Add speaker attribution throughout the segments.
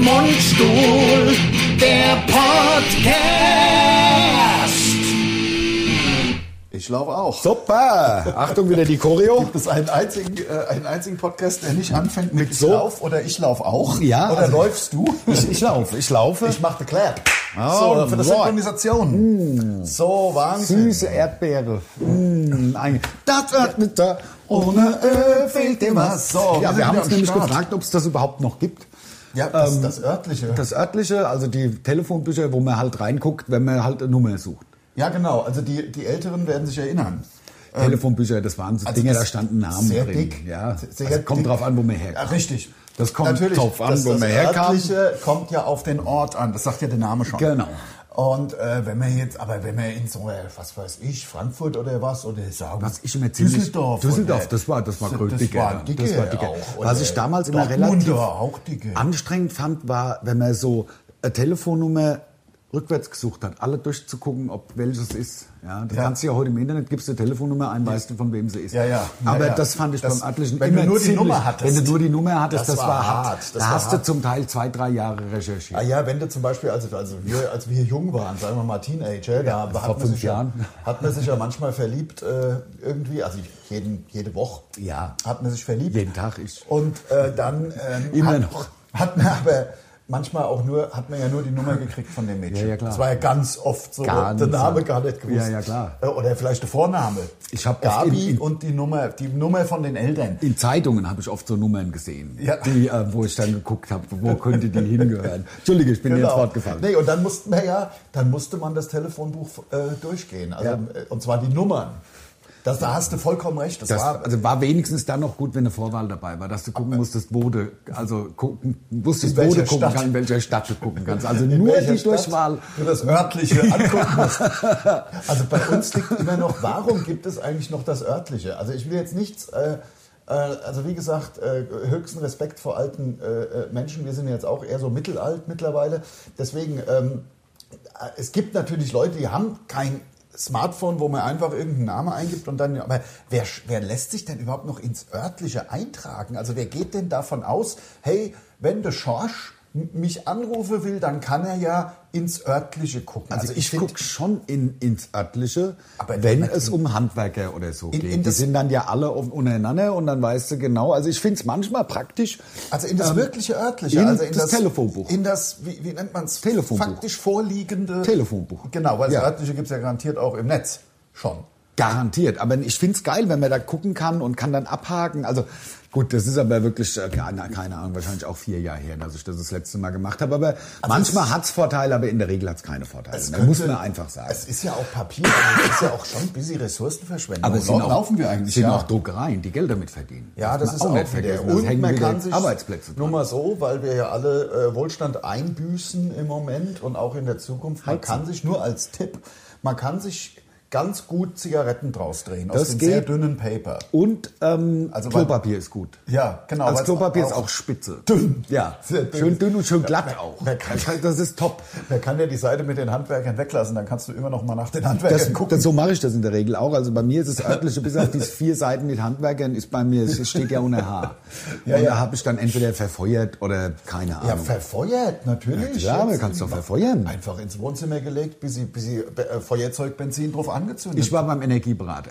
Speaker 1: Mundstuhl, der Podcast.
Speaker 2: Ich laufe auch.
Speaker 3: Super! Achtung, wieder die Choreo.
Speaker 2: Gibt es einen einzigen, äh, einen einzigen Podcast, der nicht anfängt mit,
Speaker 3: Mit
Speaker 2: Ich
Speaker 3: so?
Speaker 2: lauf oder Ich lauf auch?
Speaker 3: Ja,
Speaker 2: Oder
Speaker 3: also-
Speaker 2: läufst du?
Speaker 3: Ich, ich laufe, ich laufe.
Speaker 2: Ich mache Clap.
Speaker 3: Oh,
Speaker 2: so, für
Speaker 3: right. Mm.
Speaker 2: die Synchronisation. So, Wahnsinn.
Speaker 3: Süße Erdbeere. Mm, ein- Das wird mit der ohne Öl fehlt dem was.
Speaker 2: So, wir
Speaker 3: ja,
Speaker 2: sind
Speaker 3: wir haben uns
Speaker 2: wieder am
Speaker 3: nämlich
Speaker 2: Start.
Speaker 3: gefragt, ob es das überhaupt noch gibt.
Speaker 2: Ja, das,
Speaker 3: Ähm,
Speaker 2: das örtliche.
Speaker 3: Das örtliche, also die Telefonbücher, wo man halt reinguckt, wenn man halt eine Nummer sucht.
Speaker 2: ja, genau. Also die, die Älteren werden sich erinnern.
Speaker 3: Telefonbücher, das waren so
Speaker 2: Ähm, also
Speaker 3: Dinge,
Speaker 2: das
Speaker 3: da standen Namen
Speaker 2: sehr
Speaker 3: drin.
Speaker 2: dick.
Speaker 3: Ja,
Speaker 2: Sehr- sehr
Speaker 3: also kommt
Speaker 2: dick.
Speaker 3: drauf an, wo man herkommt.
Speaker 2: Ja, richtig.
Speaker 3: Das kommt
Speaker 2: Natürlich,
Speaker 3: drauf an,
Speaker 2: das,
Speaker 3: wo
Speaker 2: das
Speaker 3: man herkam.
Speaker 2: Örtliche kommt ja auf den Ort an. Das sagt ja der Name schon.
Speaker 3: Genau.
Speaker 2: Und äh, wenn man jetzt, aber wenn man in so, äh, was weiß ich, Frankfurt oder was, oder sagen,
Speaker 3: Was ich immer ziemlich,
Speaker 2: Düsseldorf.
Speaker 3: Düsseldorf,
Speaker 2: oder-
Speaker 3: das war, das war
Speaker 2: das
Speaker 3: dicke,
Speaker 2: war dicke,
Speaker 3: das war dicke.
Speaker 2: Auch,
Speaker 3: Was
Speaker 2: oder
Speaker 3: ich damals immer
Speaker 2: Dortmunder
Speaker 3: relativ
Speaker 2: auch dicke.
Speaker 3: anstrengend fand, war, wenn man so eine Telefonnummer rückwärts gesucht hat, alle durchzugucken, ob welches ist. Ja, das
Speaker 2: Ja.
Speaker 3: kannst du ja heute im Internet, gibst du eine Telefonnummer ein, weißt du, von wem sie ist.
Speaker 2: Ja, ja. Ja,
Speaker 3: Aber
Speaker 2: ja.
Speaker 3: das fand ich
Speaker 2: Das-
Speaker 3: beim örtlichen
Speaker 2: wenn
Speaker 3: immer
Speaker 2: du nur die
Speaker 3: ziemlich,
Speaker 2: Nummer hattest.
Speaker 3: Wenn du nur die Nummer hattest, das, war hart.
Speaker 2: Das
Speaker 3: da
Speaker 2: war
Speaker 3: hast du
Speaker 2: hart.
Speaker 3: zum Teil zwei, drei Jahre
Speaker 2: Ah
Speaker 3: recherchiert.
Speaker 2: ja, wenn du zum Beispiel, also, also wir, als wir jung waren, sagen wir mal Teenager, da hat,
Speaker 3: vor
Speaker 2: man
Speaker 3: fünf
Speaker 2: sich ja,
Speaker 3: Jahren.
Speaker 2: hat man sich ja manchmal verliebt äh, irgendwie, also jeden, jede Woche
Speaker 3: Ja.
Speaker 2: hat man sich verliebt.
Speaker 3: Jeden Tag, ich-
Speaker 2: Und äh, dann ähm,
Speaker 3: Immer
Speaker 2: hat,
Speaker 3: noch.
Speaker 2: hat man aber manchmal auch nur, hat man ja nur die Nummer gekriegt von dem Mädchen.
Speaker 3: Ja, ja, klar.
Speaker 2: Das war ja ganz oft so,
Speaker 3: Ganz,
Speaker 2: der Name
Speaker 3: ja.
Speaker 2: gar nicht gewusst.
Speaker 3: Ja, ja, klar.
Speaker 2: Äh, Oder vielleicht der Vorname.
Speaker 3: Ich hab oft in-
Speaker 2: Gabi
Speaker 3: in-
Speaker 2: und die Nummer, die Nummer von den Eltern.
Speaker 3: In Zeitungen habe ich oft so Nummern gesehen,
Speaker 2: Ja.
Speaker 3: die, äh, wo ich dann geguckt habe, wo könnte die hingehören. Entschuldige, ich bin jetzt fortgefahren.
Speaker 2: Genau. Nee, und dann mussten wir ja, dann musste man das Telefonbuch äh, durchgehen. Also,
Speaker 3: Ja.
Speaker 2: äh, Und zwar die Nummern. Das, da hast du vollkommen recht. Das,
Speaker 3: Das,
Speaker 2: war,
Speaker 3: also war wenigstens dann noch gut, wenn eine Vorwahl dabei war, dass du gucken musstest, wo du, also gucken, wusstest,
Speaker 2: In
Speaker 3: wo du
Speaker 2: welcher
Speaker 3: gucken
Speaker 2: Stadt.
Speaker 3: kannst, in welcher Stadt du gucken kannst. Also
Speaker 2: in
Speaker 3: nur
Speaker 2: welcher
Speaker 3: die
Speaker 2: Stadt
Speaker 3: Durchwahl.
Speaker 2: Du das örtliche angucken musst. Also bei uns liegt immer noch, warum gibt es eigentlich noch das örtliche? Also ich will jetzt nichts. Äh, äh, also wie gesagt, äh, höchsten Respekt vor alten äh, äh, Menschen. Wir sind jetzt auch eher so mittelalt mittlerweile. Deswegen, ähm, es gibt natürlich Leute, die haben kein Smartphone, wo man einfach irgendeinen Namen eingibt und dann. Aber wer, sch- wer lässt sich denn überhaupt noch ins örtliche eintragen? Also wer geht denn davon aus, hey, wenn der Schorsch m- mich anrufen will, dann kann er ja ins örtliche gucken.
Speaker 3: Also, ich,
Speaker 2: find-
Speaker 3: gucke schon in, ins örtliche,
Speaker 2: Aber-
Speaker 3: wenn es um Handwerker oder so
Speaker 2: In-
Speaker 3: geht.
Speaker 2: in
Speaker 3: die
Speaker 2: das-
Speaker 3: sind dann ja alle auf- untereinander und dann weißt du genau. Also ich finde es manchmal praktisch.
Speaker 2: Also in das wirkliche örtliche,
Speaker 3: Ähm, in
Speaker 2: also in
Speaker 3: das Telefonbuch.
Speaker 2: In das, wie, wie nennt man es?
Speaker 3: Telefonbuch.
Speaker 2: Faktisch vorliegende.
Speaker 3: Telefonbuch.
Speaker 2: Genau, weil
Speaker 3: Ja.
Speaker 2: das örtliche gibt es ja garantiert auch im Netz schon.
Speaker 3: Garantiert. Aber ich finde es geil, wenn man da gucken kann und kann dann abhaken. Also gut, das ist aber wirklich, äh, keine, keine Ahnung, wahrscheinlich auch vier Jahre her, dass ich das das letzte Mal gemacht habe. Aber manchmal hat es Vorteile, aber in der Regel hat es keine Vorteile.
Speaker 2: Also Es
Speaker 3: Da
Speaker 2: könnte-
Speaker 3: muss man einfach sagen.
Speaker 2: Es ist ja auch Papier, also es ist ja auch schon busy Ressourcenverschwendung.
Speaker 3: Aber es sind
Speaker 2: Lau-
Speaker 3: auch,
Speaker 2: laufen wir eigentlich
Speaker 3: sind
Speaker 2: ja.
Speaker 3: auch Druckereien, die Geld damit verdienen.
Speaker 2: Ja, das ist
Speaker 3: darf
Speaker 2: auch,
Speaker 3: man
Speaker 2: auch
Speaker 3: nicht
Speaker 2: wieder.
Speaker 3: vergessen. Das hängen
Speaker 2: man
Speaker 3: wieder
Speaker 2: kann sich
Speaker 3: Arbeitsplätze
Speaker 2: nur
Speaker 3: dran.
Speaker 2: mal so, weil wir ja alle äh, Wohlstand einbüßen im Moment und auch in der Zukunft. Man kann sich nur als Tipp, man kann sich ganz gut Zigaretten draus drehen aus
Speaker 3: Das
Speaker 2: dem sehr
Speaker 3: geht.
Speaker 2: dünnen Paper.
Speaker 3: Und ähm,
Speaker 2: Also, weil-
Speaker 3: Klopapier ist gut.
Speaker 2: Ja, genau.
Speaker 3: Als
Speaker 2: weil's
Speaker 3: Klopapier ist auch spitze. Dünn. Ja,
Speaker 2: Sehr dünn.
Speaker 3: schön dünn und schön glatt
Speaker 2: Ja,
Speaker 3: auch.
Speaker 2: wer kann-
Speaker 3: Das ist top.
Speaker 2: Man kann ja die Seite mit den Handwerkern weglassen, dann kannst du immer noch mal nach den Handwerkern
Speaker 3: Das,
Speaker 2: gucken.
Speaker 3: das, so mache ich das in der Regel auch. Also bei mir ist es örtliche, bis auf diese vier Seiten mit Handwerkern, ist bei mir, es steht ja ohne Haar.
Speaker 2: Ja,
Speaker 3: und
Speaker 2: ja.
Speaker 3: da habe ich dann entweder verfeuert oder keine
Speaker 2: ja,
Speaker 3: Ahnung.
Speaker 2: verfeuert, natürlich.
Speaker 3: Ja, klar, man
Speaker 2: Jetzt
Speaker 3: kann's doch verfeuern.
Speaker 2: Einfach ins Wohnzimmer gelegt, bis sie, bis sie äh, Feuerzeug, Benzin drauf angezündet.
Speaker 3: ich war beim Energieberater.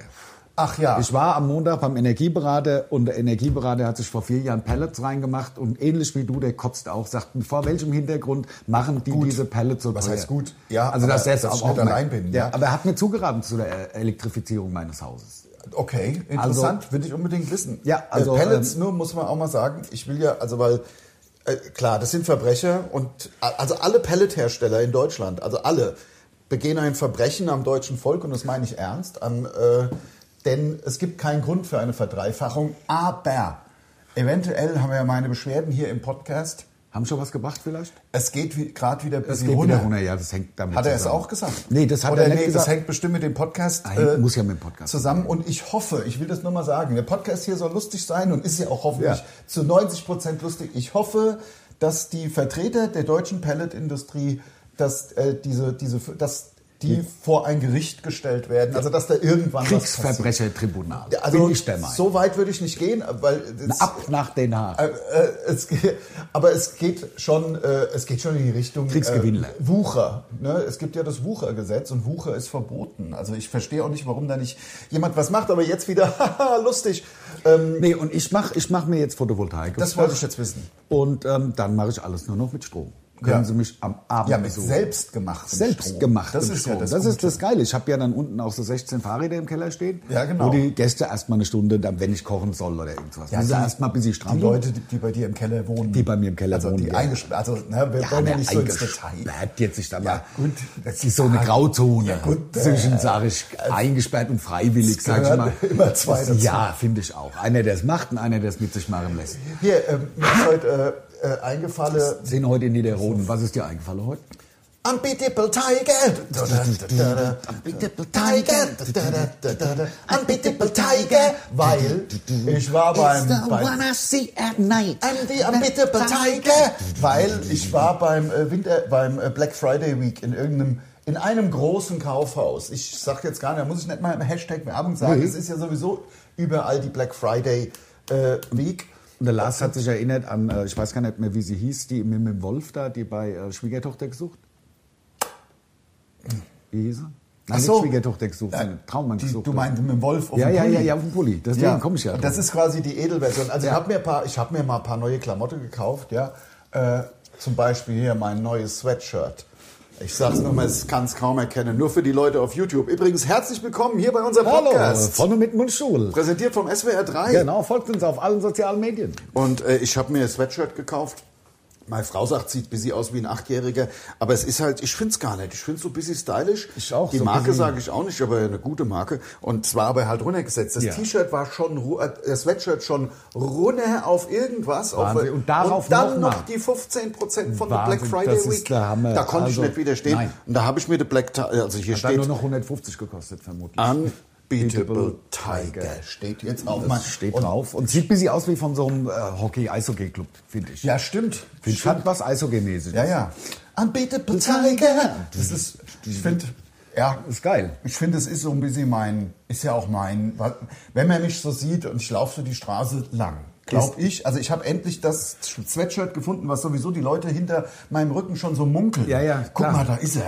Speaker 2: Ach ja.
Speaker 3: Ich war am Montag beim Energieberater und der Energieberater hat sich vor vier Jahren Pellets reingemacht und ähnlich wie du, der kotzt auch, sagt, vor welchem Hintergrund machen die diese Pellets so
Speaker 2: Was
Speaker 3: teuer?
Speaker 2: heißt gut? Ja,
Speaker 3: also dass
Speaker 2: aber
Speaker 3: er es
Speaker 2: dass ich
Speaker 3: auch
Speaker 2: nicht
Speaker 3: aufmerkt.
Speaker 2: allein bin,
Speaker 3: Ja,
Speaker 2: ja.
Speaker 3: aber er hat mir zugeraten zu der äh, Elektrifizierung meines Hauses.
Speaker 2: Okay, interessant, will ich unbedingt wissen.
Speaker 3: Also- Ja, also,
Speaker 2: äh, Pellets, nur muss man auch mal sagen, ich will ja, also weil, äh, klar, das sind Verbrecher und a- also alle Pellethersteller in Deutschland, also alle, begehen ein Verbrechen am deutschen Volk und das meine ich ernst, am, äh, denn es gibt keinen Grund für eine Verdreifachung, aber eventuell haben wir ja meine Beschwerden hier im Podcast,
Speaker 3: Haben schon was gebracht vielleicht?
Speaker 2: es geht wie, gerade wieder bis
Speaker 3: Es geht wieder runter, ja, das hängt damit
Speaker 2: Hat er es
Speaker 3: zusammen.
Speaker 2: auch gesagt?
Speaker 3: Nee, das hat
Speaker 2: Oder
Speaker 3: er nicht
Speaker 2: nee,
Speaker 3: gesagt.
Speaker 2: Das hängt bestimmt mit dem Podcast, äh,
Speaker 3: Ah, hängt- muss ja mit dem Podcast
Speaker 2: zusammen. Und ich hoffe, ich will das nur mal sagen, der Podcast hier soll lustig sein und ist ja auch hoffentlich
Speaker 3: Ja.
Speaker 2: zu 90 Prozent lustig. Ich hoffe, dass die Vertreter der deutschen Pelletindustrie, dass äh, diese, diese, dass die vor ein Gericht gestellt werden. Also dass da irgendwann was
Speaker 3: Kriegsverbrechertribunal.
Speaker 2: passiert. Also
Speaker 3: bin ich der Meinung.
Speaker 2: so weit würde ich nicht gehen, weil es,
Speaker 3: Ab nach Den Haag.
Speaker 2: äh, äh, es, ge- aber es geht schon, äh, es geht schon in die Richtung
Speaker 3: Kriegsgewinnler.
Speaker 2: Äh, Wucher. Ne? Es gibt ja das Wuchergesetz und Wucher ist verboten. Also ich verstehe auch nicht, warum da nicht jemand was macht. Aber jetzt wieder haha, lustig. Ähm,
Speaker 3: Nee, und ich mache ich mach mir jetzt Photovoltaik.
Speaker 2: das wollte ich jetzt wissen.
Speaker 3: Und ähm, dann mache ich alles nur noch mit Strom. Können
Speaker 2: Ja.
Speaker 3: Sie mich am Abend
Speaker 2: Ja, mit
Speaker 3: besuchen.
Speaker 2: selbstgemachtem Strom.
Speaker 3: selbst gemacht.
Speaker 2: Das ist ja das,
Speaker 3: das, ist
Speaker 2: Gute.
Speaker 3: das Geile. Ich habe ja dann unten auch so 16 Fahrräder im Keller stehen,
Speaker 2: Ja, genau.
Speaker 3: wo die Gäste erstmal eine Stunde, dann, wenn ich kochen soll oder irgendwas. Ja,
Speaker 2: Ja,
Speaker 3: also
Speaker 2: die-
Speaker 3: erstmal bis sie stramm
Speaker 2: Die Leute, die, die bei dir im Keller wohnen.
Speaker 3: Die bei mir im Keller
Speaker 2: also
Speaker 3: wohnen,
Speaker 2: Die
Speaker 3: ja.
Speaker 2: eingesperrt. Also, ne, wir
Speaker 3: Ja,
Speaker 2: wollen ja
Speaker 3: aber
Speaker 2: nicht so ins
Speaker 3: eingesperrt
Speaker 2: Detail.
Speaker 3: jetzt nicht, aber
Speaker 2: Ja, gut,
Speaker 3: das ist so eine Grauzone
Speaker 2: gut, äh,
Speaker 3: zwischen, sage ich, eingesperrt und freiwillig,
Speaker 2: es
Speaker 3: sage ich mal.
Speaker 2: gehören immer zwei dazu.
Speaker 3: Ja, finde ich auch. Einer, der es macht und einer, der es mit sich machen lässt.
Speaker 2: Hier, ähm, mir ist heute äh, äh, eingefallen.
Speaker 3: Sehen heute in Niederroden. Was ist dir eingefallen heute?
Speaker 2: Unbeatable Tiger. Unbeatable Tiger. Unbeatable Tiger. Weil ich war beim, beim I'm the Unbeatable Tiger. Weil ich war beim äh, Winter, beim äh, Black Friday Week in irgendeinem in einem großen Kaufhaus. Ich sag jetzt gar nicht, da muss ich nicht mal im Hashtag Werbung sagen.
Speaker 3: Nee.
Speaker 2: Es ist ja sowieso überall die Black Friday äh, Week.
Speaker 3: Und der Lars hat sich erinnert an, äh, ich weiß gar nicht mehr, wie sie hieß, die mit dem Wolf da, die bei äh, Schwiegertochter gesucht. Wie hieß sie? Nein, nicht
Speaker 2: so.
Speaker 3: Schwiegertochter gesucht,
Speaker 2: Ja,
Speaker 3: sondern Traummann
Speaker 2: die-
Speaker 3: gesucht.
Speaker 2: Du meinst mit dem Wolf auf
Speaker 3: Ja,
Speaker 2: dem
Speaker 3: ja,
Speaker 2: Pulli.
Speaker 3: ja, ja, auf dem Pulli. Deswegen komme ich ja
Speaker 2: Und
Speaker 3: drauf.
Speaker 2: Das ist quasi die Edelversion. Also ich habe mir, ein paar- ich hab mir mal ein paar neue Klamotten gekauft, ja. Äh, zum Beispiel hier mein neues Sweatshirt. Ich sag's nur mal, es kann es kaum erkennen. Nur für die Leute auf YouTube. Übrigens, herzlich willkommen hier bei unserem
Speaker 3: Hallo, äh,
Speaker 2: Podcast.
Speaker 3: vorne mit Mundschul.
Speaker 2: Präsentiert vom SWR 3.
Speaker 3: Genau, folgt uns auf allen sozialen Medien.
Speaker 2: Und äh, ich habe mir ein Sweatshirt gekauft. Meine Frau sagt, sieht busy aus wie ein Achtjähriger. Aber es ist halt, ich finde es gar nicht. Ich finde es so busy stylisch.
Speaker 3: Ich auch,
Speaker 2: Die
Speaker 3: so
Speaker 2: Marke
Speaker 3: busy.
Speaker 2: sage ich auch nicht, aber eine gute Marke. Und zwar aber halt runtergesetzt. Das
Speaker 3: Ja.
Speaker 2: T-Shirt war schon, ru- äh, das Sweatshirt schon runter auf irgendwas. Auf, äh,
Speaker 3: Wahnsinn. Und darauf
Speaker 2: und dann
Speaker 3: noch
Speaker 2: noch die 15 Prozent von der
Speaker 3: Wahnsinn,
Speaker 2: Black Friday
Speaker 3: das ist
Speaker 2: Week.
Speaker 3: der Hammer.
Speaker 2: Da konnte ich
Speaker 3: Also,
Speaker 2: nicht widerstehen.
Speaker 3: nein.
Speaker 2: Und da habe ich mir die Black, Ti- also hier
Speaker 3: Hat dann
Speaker 2: steht
Speaker 3: nur noch 150 gekostet, vermutlich.
Speaker 2: Unbeatable Tiger. Steht jetzt auf meinem-
Speaker 3: Das steht drauf und sieht ein bisschen aus wie von so einem äh, Hockey-Eishockey-Club, finde ich.
Speaker 2: Ja, stimmt.
Speaker 3: ich hat was Eishockey-mäßig.
Speaker 2: Ja, ja. Unbeatable Tiger. Das ist, ich finde, ja,
Speaker 3: Ist geil.
Speaker 2: ich finde, es ist so ein bisschen mein, ist ja auch mein, wenn man mich so sieht und ich laufe so die Straße lang, glaube ich, also ich habe endlich das Sweatshirt gefunden, was sowieso die Leute hinter meinem Rücken schon so munkeln.
Speaker 3: Ja, ja,
Speaker 2: Guck
Speaker 3: klar.
Speaker 2: mal, da ist er.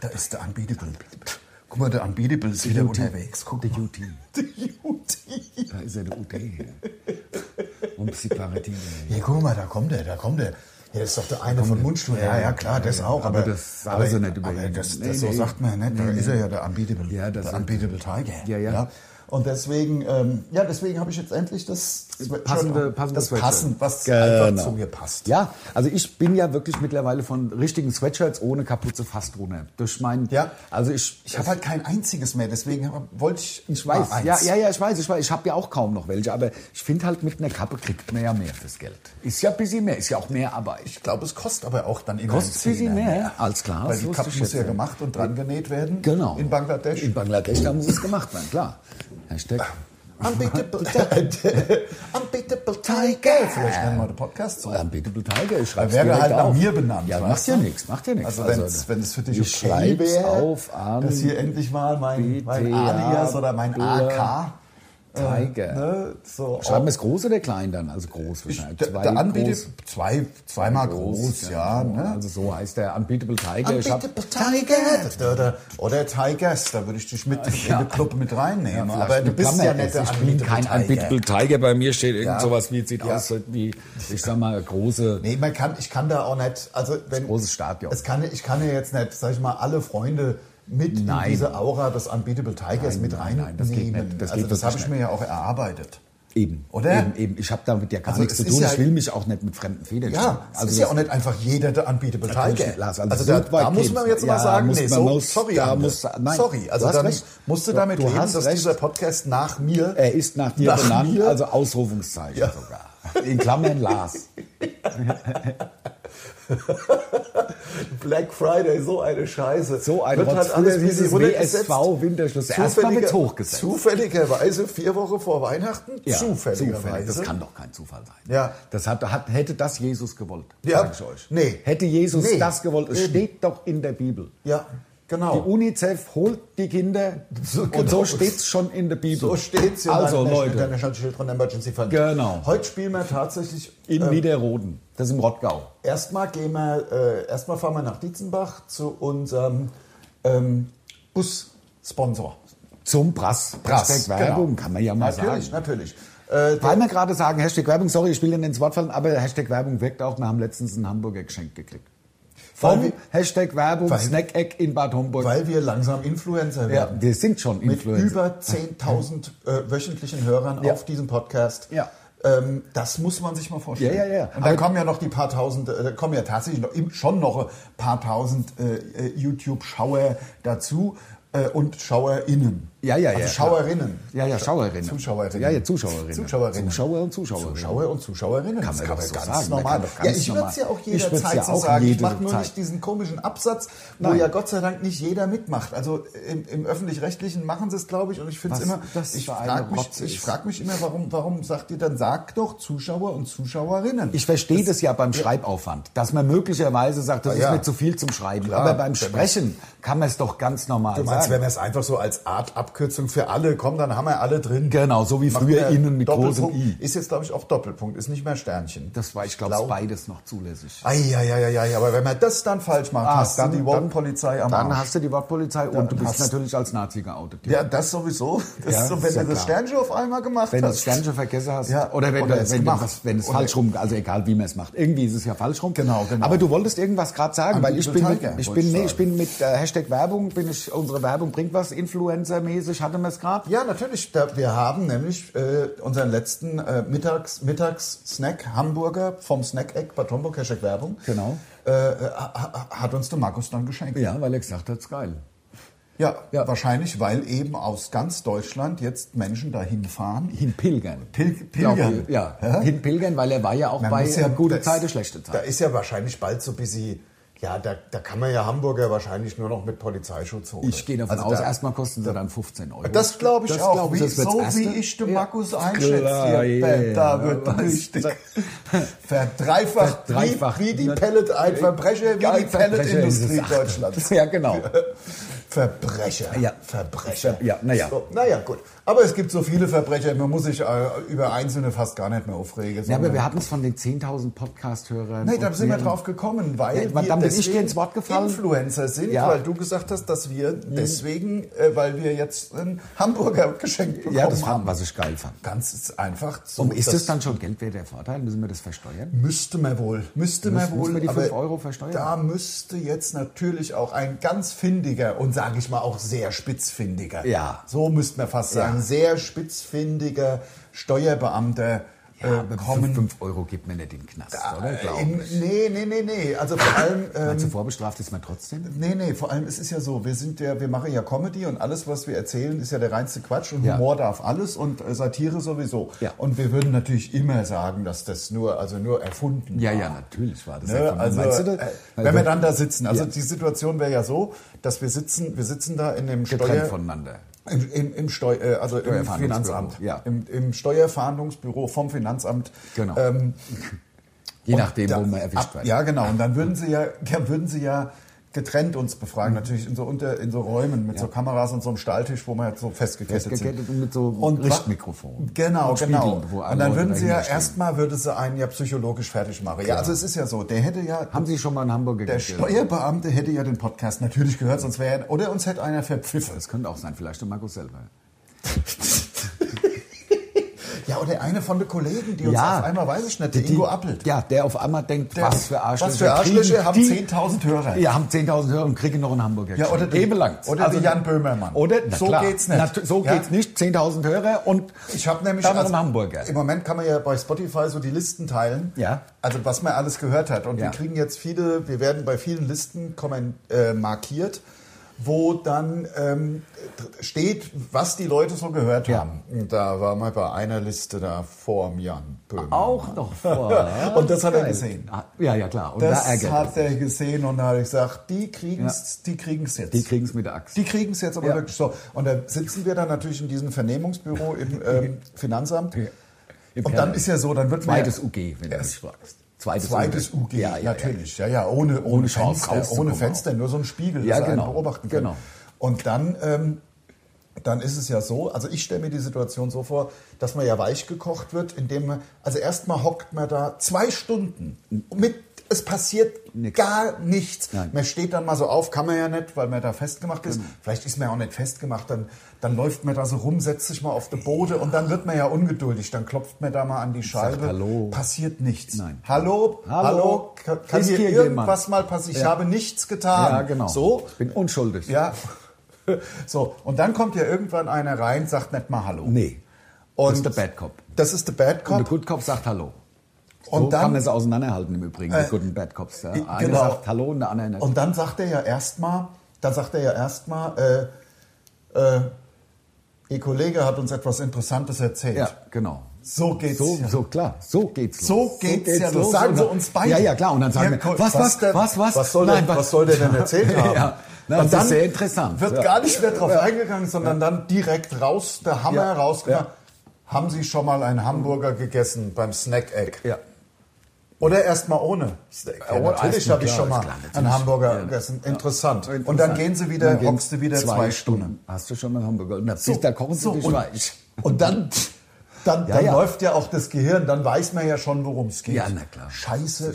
Speaker 2: Da ist der Unbeatable. Guck mal, der Unbeatable ist wieder unterwegs. Guck
Speaker 3: Der
Speaker 2: mal.
Speaker 3: UT.
Speaker 2: Der Juti.
Speaker 3: Da ist er, der UT. Und Psychoparatin.
Speaker 2: Hier, guck mal, da kommt er, da kommt er. Hier ist doch der eine von Mundstuhl. Ja, ja, klar, das auch.
Speaker 3: aber
Speaker 2: Aber,
Speaker 3: das sagen sie nicht über
Speaker 2: aber
Speaker 3: ihn.
Speaker 2: das, das
Speaker 3: Nee,
Speaker 2: So
Speaker 3: nee.
Speaker 2: sagt man ja nicht. Da
Speaker 3: Nee,
Speaker 2: ist er
Speaker 3: nee.
Speaker 2: ja der Unbeatable,
Speaker 3: Ja, das
Speaker 2: der
Speaker 3: ist-
Speaker 2: unbeatable Tiger.
Speaker 3: Ja, ja.
Speaker 2: Und deswegen, ähm, ja, deswegen habe ich jetzt endlich das Sweatshirt
Speaker 3: Passende-
Speaker 2: an.
Speaker 3: passende
Speaker 2: das
Speaker 3: Sweatshirt.
Speaker 2: passend, was einfach
Speaker 3: Genau.
Speaker 2: zu mir passt.
Speaker 3: Ja, also ich bin ja wirklich mittlerweile von richtigen Sweatshirts ohne Kapuze fast runter. Durch mein,
Speaker 2: Ja.
Speaker 3: also ich,
Speaker 2: Ich habe halt kein einziges mehr, deswegen hab- wollte ich.
Speaker 3: Ich weiß,
Speaker 2: mal eins.
Speaker 3: ja, ja, ja, ich weiß, ich weiß. Ich habe ja auch kaum noch welche, aber ich finde halt, mit einer Kappe kriegt man ja mehr fürs Geld. Ist ja ein bisschen mehr, ist ja auch mehr Arbeit.
Speaker 2: Ich glaube, es kostet aber auch dann immer
Speaker 3: Kostet
Speaker 2: einen
Speaker 3: sie
Speaker 2: Zehner
Speaker 3: mehr, als klar.
Speaker 2: Weil
Speaker 3: das
Speaker 2: die
Speaker 3: wusste
Speaker 2: Kappe
Speaker 3: ich
Speaker 2: muss
Speaker 3: jetzt
Speaker 2: ja
Speaker 3: nicht.
Speaker 2: gemacht und dran genäht werden.
Speaker 3: Genau.
Speaker 2: In Bangladesch.
Speaker 3: In Bangladesch, da muss es gemacht werden, klar. Hashtag.
Speaker 2: Unbeatable Tiger. Unbeatable Tiger. Vielleicht nennen wir den Podcast so.
Speaker 3: Unbeatable Tiger, ich schreibe
Speaker 2: wäre halt nach mir benannt,
Speaker 3: Ja,
Speaker 2: weißt
Speaker 3: macht
Speaker 2: du?
Speaker 3: ja nichts, macht ja nichts.
Speaker 2: Also wenn's- wenn es für dich
Speaker 3: ich
Speaker 2: okay
Speaker 3: schreib's
Speaker 2: wäre,
Speaker 3: auf an
Speaker 2: dass hier endlich mal mein, mein
Speaker 3: BTA
Speaker 2: Alias oder mein AK.
Speaker 3: Tiger.
Speaker 2: Ne, so
Speaker 3: Schreiben wir es groß oder klein dann? Also groß
Speaker 2: ich,
Speaker 3: wahrscheinlich.
Speaker 2: der,
Speaker 3: Zwei
Speaker 2: der Anbieter
Speaker 3: groß,
Speaker 2: zwei, zweimal groß, ja. ne?
Speaker 3: Also so heißt der Unbeatable Tiger. Ich hab-
Speaker 2: Unbeatable Tiger. Oder, oder Tigers, da würde ich dich mit in den Club mit reinnehmen.
Speaker 3: Ja,
Speaker 2: aber
Speaker 3: vielleicht
Speaker 2: du
Speaker 3: eine
Speaker 2: bist
Speaker 3: Klammer
Speaker 2: ja
Speaker 3: erst.
Speaker 2: nicht der
Speaker 3: Ich bin kein Unbeatable Tiger. Bei mir steht irgend
Speaker 2: Ja.
Speaker 3: sowas wie, sieht
Speaker 2: Ja.
Speaker 3: aus wie, ich sag mal, große.
Speaker 2: Nee, man kann, ich kann da auch nicht, also wenn...
Speaker 3: großes Stadion.
Speaker 2: Es kann, ich kann ja jetzt nicht, sag ich mal, alle Freunde mit
Speaker 3: Nein.
Speaker 2: in diese Aura des Unbeatable Tigers mit
Speaker 3: nein,
Speaker 2: reinnehmen.
Speaker 3: nein, das geht nicht. Das
Speaker 2: also
Speaker 3: geht
Speaker 2: das habe ich
Speaker 3: wirklich
Speaker 2: mir ja auch erarbeitet.
Speaker 3: Eben.
Speaker 2: Oder?
Speaker 3: Eben, eben. Ich habe damit ja gar
Speaker 2: Also
Speaker 3: nichts zu
Speaker 2: es ist
Speaker 3: tun.
Speaker 2: ja-
Speaker 3: ich will mich auch nicht mit fremden Federn
Speaker 2: Ja, es
Speaker 3: Also
Speaker 2: ist ja
Speaker 3: das-
Speaker 2: auch nicht einfach jeder der Unbeatable
Speaker 3: Natürlich
Speaker 2: Tiger.
Speaker 3: nicht, Lars.
Speaker 2: also
Speaker 3: Also
Speaker 2: da,
Speaker 3: so weit
Speaker 2: da muss
Speaker 3: geht's
Speaker 2: man
Speaker 3: nicht.
Speaker 2: jetzt mal
Speaker 3: Ja,
Speaker 2: sagen,
Speaker 3: muss
Speaker 2: nee,
Speaker 3: man
Speaker 2: so,
Speaker 3: muss-
Speaker 2: sorry,
Speaker 3: da
Speaker 2: Ante.
Speaker 3: muss- nein,
Speaker 2: sorry.
Speaker 3: du
Speaker 2: Also
Speaker 3: hast
Speaker 2: dann
Speaker 3: recht.
Speaker 2: musst du
Speaker 3: Du-
Speaker 2: damit
Speaker 3: du
Speaker 2: leben,
Speaker 3: hast
Speaker 2: dass
Speaker 3: recht.
Speaker 2: dieser Podcast nach mir...
Speaker 3: Er ist nach dir
Speaker 2: Nach
Speaker 3: benannt,
Speaker 2: mir?
Speaker 3: also Ausrufungszeichen
Speaker 2: Ja.
Speaker 3: sogar. In Klammern Lars.
Speaker 2: Black Friday, so eine Scheiße. halt
Speaker 3: So ein Rotz. Früher
Speaker 2: alles
Speaker 3: hieß
Speaker 2: busy
Speaker 3: es
Speaker 2: runtergesetzt.
Speaker 3: WSV Winterschluss. Erst mal wird's hochgesetzt.
Speaker 2: Zufälligerweise vier Wochen vor Weihnachten?
Speaker 3: Ja,
Speaker 2: zufälligerweise.
Speaker 3: zufällig. Das kann doch kein Zufall sein.
Speaker 2: Ja.
Speaker 3: Das hat, hat, hätte das Jesus gewollt,
Speaker 2: Ja.
Speaker 3: sag ich euch.
Speaker 2: Nee.
Speaker 3: Hätte Jesus
Speaker 2: Nee.
Speaker 3: das gewollt, es
Speaker 2: Eben.
Speaker 3: steht doch in der Bibel.
Speaker 2: Ja. Genau.
Speaker 3: Die UNICEF holt die Kinder
Speaker 2: So,
Speaker 3: und
Speaker 2: genau.
Speaker 3: so steht's schon in der Bibel.
Speaker 2: So steht's hier
Speaker 3: Also
Speaker 2: beim National-
Speaker 3: Leute,
Speaker 2: International Children Emergency Fund.
Speaker 3: Genau.
Speaker 2: Heute spielen wir tatsächlich.
Speaker 3: in
Speaker 2: ähm,
Speaker 3: Niederroden, das ist im Rottgau.
Speaker 2: Erstmal gehen wir, äh, erstmal fahren wir nach Dietzenbach zu unserem ähm, Bussponsor.
Speaker 3: Zum Brass.
Speaker 2: Brass,
Speaker 3: Hashtag Werbung
Speaker 2: genau.
Speaker 3: kann man ja mal
Speaker 2: Natürlich,
Speaker 3: sagen.
Speaker 2: natürlich. Äh,
Speaker 3: Weil wir gerade sagen, Hashtag Werbung, sorry, ich will Ihnen ins Wort fallen, aber Hashtag Werbung wirkt auch. Wir haben letztens ein Hamburger Geschenk gekriegt.
Speaker 2: Weil
Speaker 3: Vom
Speaker 2: wir-
Speaker 3: Hashtag Werbung
Speaker 2: Weil-
Speaker 3: Snack Egg in Bad Homburg.
Speaker 2: weil wir langsam Influencer
Speaker 3: ja,
Speaker 2: werden.
Speaker 3: wir sind schon
Speaker 2: mit
Speaker 3: Influencer.
Speaker 2: über 10.000 äh, wöchentlichen Hörern
Speaker 3: Ja.
Speaker 2: auf diesem Podcast.
Speaker 3: Ja.
Speaker 2: Ähm, das muss man sich mal vorstellen.
Speaker 3: Ja, ja, ja.
Speaker 2: Und
Speaker 3: Aber-
Speaker 2: dann kommen ja noch die paar tausend, äh, da kommen ja tatsächlich noch, im- schon noch ein paar tausend äh, äh, YouTube-Schauer dazu äh, und SchauerInnen.
Speaker 3: Ja, ja,
Speaker 2: Also
Speaker 3: ja,
Speaker 2: Schauerinnen.
Speaker 3: ja, ja, Schauerinnen.
Speaker 2: Zuschauerinnen.
Speaker 3: Ja, ja, Zuschauerinnen.
Speaker 2: Zuschauerinnen.
Speaker 3: Zuschauer und Zuschauerinnen.
Speaker 2: Zuschauer und Zuschauerinnen. Also
Speaker 3: Kann man doch so sagen. Man
Speaker 2: normal.
Speaker 3: kann doch ganz
Speaker 2: ja, ich würde
Speaker 3: normal-
Speaker 2: es ja auch
Speaker 3: Ich würd's
Speaker 2: jederzeit
Speaker 3: ja
Speaker 2: so
Speaker 3: auch
Speaker 2: sagen. Ich
Speaker 3: jede
Speaker 2: mache nur
Speaker 3: Zeit.
Speaker 2: nicht diesen komischen Absatz, wo
Speaker 3: Nein.
Speaker 2: ja Gott sei Dank nicht jeder mitmacht. Also im, im Öffentlich-Rechtlichen machen sie es, glaube ich, und ich finde es
Speaker 3: Was
Speaker 2: immer,
Speaker 3: das
Speaker 2: ich
Speaker 3: für eine
Speaker 2: frage mich,
Speaker 3: Rotze
Speaker 2: ich
Speaker 3: ist.
Speaker 2: frag mich immer, warum, warum sagt ihr dann, sagt doch Zuschauer und Zuschauerinnen.
Speaker 3: Ich verstehe das, ja beim Schreibaufwand, dass man möglicherweise sagt, das
Speaker 2: Ah, ja.
Speaker 3: ist mir zu viel zum Schreiben.
Speaker 2: Klar,
Speaker 3: aber beim
Speaker 2: wenn man-
Speaker 3: Sprechen kann man es doch ganz normal
Speaker 2: Du meinst,
Speaker 3: sagen.
Speaker 2: wenn wir es einfach so als Art Abkürzung für alle, komm, dann haben wir alle drin.
Speaker 3: Genau, so wie
Speaker 2: Machen
Speaker 3: früher
Speaker 2: wir
Speaker 3: innen mit großem
Speaker 2: Doppelpunkt.
Speaker 3: I.
Speaker 2: Ist jetzt, glaube ich, auch Doppelpunkt, ist nicht mehr Sternchen.
Speaker 3: Das war, ich glaube,
Speaker 2: Glaub-
Speaker 3: beides noch zulässig.
Speaker 2: Eieieiei, aber wenn man das Ah, dann falsch macht,
Speaker 3: Ah,
Speaker 2: hast du
Speaker 3: dann-
Speaker 2: die Wogenpolizei am
Speaker 3: Dann
Speaker 2: Arsch.
Speaker 3: hast du die Wortpolizei und du bist
Speaker 2: hast-
Speaker 3: natürlich als Nazi geoutet.
Speaker 2: ja, das sowieso. Das
Speaker 3: Ja,
Speaker 2: ist so, wenn
Speaker 3: ist ja
Speaker 2: du das
Speaker 3: klar.
Speaker 2: Sternchen auf einmal gemacht
Speaker 3: Wenn du
Speaker 2: hast.
Speaker 3: das Sternchen vergessen hast,
Speaker 2: Ja,
Speaker 3: oder wenn,
Speaker 2: oder
Speaker 3: du,
Speaker 2: es
Speaker 3: wenn, du,
Speaker 2: gemacht.
Speaker 3: was, wenn es
Speaker 2: Oder-
Speaker 3: falsch rum, also egal wie man es macht, irgendwie ist es ja falsch rum.
Speaker 2: Genau, genau.
Speaker 3: Aber du wolltest irgendwas gerade sagen,
Speaker 2: An
Speaker 3: weil
Speaker 2: die
Speaker 3: ich bin, mit,
Speaker 2: Tiger,
Speaker 3: ich,
Speaker 2: wollte
Speaker 3: bin,
Speaker 2: ich
Speaker 3: nee,
Speaker 2: sagen.
Speaker 3: ich bin mit äh, Hashtag Werbung, bin ich, unsere Werbung bringt was, Influencer-mäßig, hatten wir es gerade.
Speaker 2: Ja, natürlich. Da, wir haben nämlich äh, unseren letzten äh, Mittags, Mittags-Snack Hamburger vom Snack-Eck Bad Homburg, Hashtag Werbung.
Speaker 3: Genau.
Speaker 2: Äh, ha- ha- hat uns der Markus dann geschenkt.
Speaker 3: Ja, weil er gesagt hat, es ist geil.
Speaker 2: Ja,
Speaker 3: Ja.
Speaker 2: wahrscheinlich, weil eben aus ganz Deutschland jetzt Menschen dahin fahren.
Speaker 3: Hinpilgern.
Speaker 2: Pil-
Speaker 3: Glaub ich, Genau, Ja, hinpilgern, weil er war ja auch
Speaker 2: Man
Speaker 3: bei
Speaker 2: muss
Speaker 3: äh, gute
Speaker 2: das-
Speaker 3: Zeiten, schlechte
Speaker 2: Da
Speaker 3: Zeiten.
Speaker 2: ist ja wahrscheinlich bald so ein bisschen, ja, da, da kann man ja Hamburger wahrscheinlich nur noch mit Polizeischutz holen.
Speaker 3: Ich gehe davon
Speaker 2: Also
Speaker 3: aus,
Speaker 2: da-
Speaker 3: erstmal kosten sie dann 15 Euro.
Speaker 2: Das glaube ich auch.
Speaker 3: glaub
Speaker 2: wie,
Speaker 3: das wird's
Speaker 2: so
Speaker 3: erste.
Speaker 2: wie ich den
Speaker 3: Ja.
Speaker 2: Markus einschätze.
Speaker 3: Klar,
Speaker 2: hier,
Speaker 3: ja,
Speaker 2: Ben, da
Speaker 3: ja,
Speaker 2: wird
Speaker 3: was-
Speaker 2: richtig verdreifacht,
Speaker 3: Verdreifacht.
Speaker 2: Wie, wie die Pellet, ein Verbrecher, wie die
Speaker 3: Geil,
Speaker 2: Pelletindustrie
Speaker 3: Verbrecher.
Speaker 2: Deutschlands.
Speaker 3: Ja, genau.
Speaker 2: Verbrecher.
Speaker 3: Ja.
Speaker 2: Verbrecher.
Speaker 3: Ja, na ja.
Speaker 2: So, naja, gut. Aber es gibt so viele Verbrecher, man muss sich äh, über Einzelne fast gar nicht mehr aufregen.
Speaker 3: Ja, aber
Speaker 2: sondern-
Speaker 3: wir hatten es von den 10.000 Podcast-Hörern.
Speaker 2: Nee,
Speaker 3: und
Speaker 2: da sind wir
Speaker 3: mehreren-
Speaker 2: drauf gekommen,
Speaker 3: Ja,
Speaker 2: weil
Speaker 3: dann bin ich dir
Speaker 2: deswegen
Speaker 3: ins Wort gefallen.
Speaker 2: Influencer sind,
Speaker 3: Ja. Mhm.
Speaker 2: weil du gesagt hast, dass wir deswegen, äh, weil wir jetzt ein Hamburger geschenkt bekommen
Speaker 3: Ja, das war,
Speaker 2: haben.
Speaker 3: was ich geil fand.
Speaker 2: Ganz ist einfach so.
Speaker 3: Und ist das dann schon Geldwert der Vorteil? Müssen wir das versteuern?
Speaker 2: Müsste man wohl. Müsste man
Speaker 3: Müssen-
Speaker 2: wohl.
Speaker 3: müssen wir die
Speaker 2: aber
Speaker 3: fünf Euro versteuern?
Speaker 2: Da müsste jetzt natürlich auch ein ganz findiger und sage ich mal auch sehr spitzfindiger.
Speaker 3: Ja.
Speaker 2: So müsste man fast sagen. Sehr spitzfindiger Steuerbeamter äh, kommen.
Speaker 3: 5 Euro gibt man nicht in den Knast, oder? Glaub
Speaker 2: in,
Speaker 3: ich.
Speaker 2: nee, nee, nee, nee. Also vor allem. Ähm,
Speaker 3: Also vorbestraft ist man trotzdem?
Speaker 2: Nee, nee, vor allem, es ist ja so, wir sind ja, wir machen ja Comedy und alles, was wir erzählen, ist ja der reinste Quatsch und
Speaker 3: Ja.
Speaker 2: Humor darf alles und äh, Satire sowieso.
Speaker 3: Ja.
Speaker 2: Und wir würden natürlich immer sagen, dass das nur, also nur erfunden
Speaker 3: Ja,
Speaker 2: war.
Speaker 3: ja, natürlich war das.
Speaker 2: Ne?
Speaker 3: erfunden.
Speaker 2: Also,
Speaker 3: Meinst du das?
Speaker 2: äh,
Speaker 3: Weil
Speaker 2: wenn wir
Speaker 3: wir-
Speaker 2: dann da sitzen, also
Speaker 3: Ja.
Speaker 2: die Situation wäre ja so, dass wir sitzen, wir sitzen da in dem
Speaker 3: getrennt
Speaker 2: Steuer,
Speaker 3: voneinander.
Speaker 2: im, im, im, Steu äh, also im
Speaker 3: Steuerfahndungsbüro,
Speaker 2: Finanzamt,
Speaker 3: ja.
Speaker 2: im, im Steuerfahndungsbüro vom Finanzamt.
Speaker 3: Genau.
Speaker 2: Ähm,
Speaker 3: Je
Speaker 2: und
Speaker 3: nachdem, wo
Speaker 2: da-
Speaker 3: man erwischt
Speaker 2: ab-
Speaker 3: wird.
Speaker 2: Ja, genau. Und dann würden sie ja, ja, würden sie ja getrennt uns
Speaker 3: Mhm.
Speaker 2: befragen, natürlich in so unter in so Räumen mit so Kameras und so einem Stahltisch, wo man halt so festgekettet,
Speaker 3: Festgekettet
Speaker 2: sind.
Speaker 3: und mit so
Speaker 2: wa-
Speaker 3: Richtmikrofon.
Speaker 2: Genau,
Speaker 3: Und Spiegeln,
Speaker 2: genau.
Speaker 3: wo alle
Speaker 2: und dann
Speaker 3: Leute
Speaker 2: würden sie ja
Speaker 3: dahinter stehen. Genau.
Speaker 2: erstmal würde sie einen ja psychologisch fertig machen. Ja, also es ist ja so, der hätte ja
Speaker 3: Haben Sie schon mal in Hamburg
Speaker 2: der
Speaker 3: gegessen?
Speaker 2: Steuerbeamte hätte ja den Podcast natürlich gehört, sonst wäre er, oder uns hätte einer verpfiffen.
Speaker 3: Das könnte auch sein, vielleicht der Markus selber.
Speaker 2: Ja, oder eine von den Kollegen, die uns
Speaker 3: Ja.
Speaker 2: auf einmal, weiß ich nicht, der
Speaker 3: Die-
Speaker 2: Ingo Appelt.
Speaker 3: Ja, der auf einmal denkt,
Speaker 2: Der-
Speaker 3: was für Arschlöcher.
Speaker 2: Was für Arschlöcher
Speaker 3: kriegen
Speaker 2: haben
Speaker 3: die-
Speaker 2: 10.000 Hörer.
Speaker 3: Ja, haben 10.000 Hörer und kriegen noch einen Hamburger.
Speaker 2: Ja, oder
Speaker 3: geschenkt.
Speaker 2: die-
Speaker 3: Dem belangt's.
Speaker 2: oder die Jan Böhmermann.
Speaker 3: Also, Oder, na
Speaker 2: So
Speaker 3: klar.
Speaker 2: geht's nicht.
Speaker 3: Natu- so
Speaker 2: Ja.
Speaker 3: geht's nicht. 10.000 Hörer und
Speaker 2: Ich habe nämlich
Speaker 3: dann noch
Speaker 2: also,
Speaker 3: einen Hamburger.
Speaker 2: Im Moment kann man ja bei Spotify so die Listen teilen.
Speaker 3: Ja.
Speaker 2: Also was man alles gehört hat. Und wir
Speaker 3: Ja.
Speaker 2: kriegen jetzt viele, wir werden bei vielen Listen kommen, äh, markiert, wo dann ähm, d- steht, was die Leute so gehört
Speaker 3: Ja.
Speaker 2: haben. Und da war mal bei einer Liste da vor dem Jan Böhmermann.
Speaker 3: Auch noch vor.
Speaker 2: Und das hat er
Speaker 3: Geil.
Speaker 2: gesehen.
Speaker 3: Ah, Ja, ja, klar. Und da
Speaker 2: Das
Speaker 3: ärgert er
Speaker 2: hat
Speaker 3: sich.
Speaker 2: er gesehen und da hat gesagt, die kriegen's, die kriegen's jetzt.
Speaker 3: Die kriegen's mit der Axt.
Speaker 2: Die kriegen es jetzt aber
Speaker 3: Ja.
Speaker 2: wirklich so. Und da sitzen wir dann natürlich in diesem Vernehmungsbüro im ähm, Finanzamt.
Speaker 3: Im
Speaker 2: Und dann
Speaker 3: Keller.
Speaker 2: ist ja so, dann wird man.
Speaker 3: Zweites
Speaker 2: ja,
Speaker 3: UG, wenn du
Speaker 2: Yes.
Speaker 3: mich fragst. zweites,
Speaker 2: Zweites UG,
Speaker 3: Ja, ja,
Speaker 2: natürlich. Ja, ja, ohne, ohne,
Speaker 3: Chance
Speaker 2: Fenster,
Speaker 3: rauszukommen
Speaker 2: ohne Fenster, nur so ein Spiegel,
Speaker 3: Ja,
Speaker 2: dass er einen
Speaker 3: genau.
Speaker 2: beobachten kann.
Speaker 3: Genau.
Speaker 2: Und dann, ähm, dann ist es ja so, also ich stelle mir die Situation so vor, dass man ja weich gekocht wird, indem man, also erstmal hockt man da zwei Stunden mit, es passiert
Speaker 3: Nix.
Speaker 2: gar nichts.
Speaker 3: Nein. Genau.
Speaker 2: Man steht dann mal so auf, kann man ja nicht, weil man da festgemacht ist. Vielleicht ist man ja auch nicht festgemacht, dann, dann läuft man da so rum, setzt sich mal auf den Boden und dann wird man ja ungeduldig. Dann klopft man da mal an die Scheibe.
Speaker 3: Hallo.
Speaker 2: Passiert nichts.
Speaker 3: Nein.
Speaker 2: Hallo,
Speaker 3: Hallo.
Speaker 2: hallo, ka- kann
Speaker 3: Ist
Speaker 2: hier
Speaker 3: hier
Speaker 2: irgendwas
Speaker 3: jemand?
Speaker 2: mal passieren? Ich
Speaker 3: Ja.
Speaker 2: habe nichts getan.
Speaker 3: Ja, genau.
Speaker 2: So,
Speaker 3: Ich bin unschuldig.
Speaker 2: ja. So, und dann kommt ja irgendwann einer rein, sagt nicht mal Hallo.
Speaker 3: Nee.
Speaker 2: Und
Speaker 3: das ist der Bad Cop.
Speaker 2: Das ist der Bad
Speaker 3: Und der
Speaker 2: Cop.
Speaker 3: Good Cop sagt Hallo.
Speaker 2: Und
Speaker 3: so kann
Speaker 2: dann-
Speaker 3: man es auseinanderhalten im Übrigen,
Speaker 2: Äh,
Speaker 3: die Good und Bad Cops. Ja.
Speaker 2: i-
Speaker 3: Einer
Speaker 2: genau.
Speaker 3: sagt Hallo und der andere nicht.
Speaker 2: Und dann sagt er ja erstmal, dann sagt er ja erstmal, äh, äh, Ihr Kollege hat uns etwas Interessantes erzählt.
Speaker 3: ja, genau.
Speaker 2: So geht's.
Speaker 3: So,
Speaker 2: ja.
Speaker 3: so klar, so geht's los.
Speaker 2: So geht's ja los. Sagen
Speaker 3: Und
Speaker 2: Sie
Speaker 3: dann-
Speaker 2: uns beide.
Speaker 3: Ja, ja, klar. Und dann sagen
Speaker 2: Ja,
Speaker 3: wir,
Speaker 2: cool.
Speaker 3: was, was,
Speaker 2: denn?
Speaker 3: was, was?
Speaker 2: Was soll, der,
Speaker 3: Nein,
Speaker 2: was, soll der denn erzählt haben?
Speaker 3: Ja. Na, das ist sehr interessant.
Speaker 2: Wird
Speaker 3: Ja.
Speaker 2: gar nicht mehr drauf eingegangen, sondern dann direkt raus, der Hammer
Speaker 3: Ja.
Speaker 2: rausgenommen. Haben Sie schon mal einen Hamburger gegessen beim Snack-Egg?
Speaker 3: Ja.
Speaker 2: Oder erstmal ohne Steak. Ja,
Speaker 3: Ja,
Speaker 2: natürlich
Speaker 3: ist mir
Speaker 2: habe ich
Speaker 3: klar,
Speaker 2: schon mal
Speaker 3: ist klar, natürlich.
Speaker 2: einen Hamburger
Speaker 3: Ja.
Speaker 2: gegessen. Interessant.
Speaker 3: Interessant.
Speaker 2: Und dann gehen sie wieder,
Speaker 3: Dann gehen
Speaker 2: hockst du wieder zwei, Stunden.
Speaker 3: Hast du schon mal Hamburger? Und
Speaker 2: So,
Speaker 3: so, da kochen sie
Speaker 2: so,
Speaker 3: dich
Speaker 2: und-
Speaker 3: weich.
Speaker 2: Und dann, dann,
Speaker 3: Ja,
Speaker 2: dann
Speaker 3: ja.
Speaker 2: läuft ja auch das Gehirn, dann weiß man ja schon, worum es geht.
Speaker 3: Ja, na klar.
Speaker 2: Scheiße,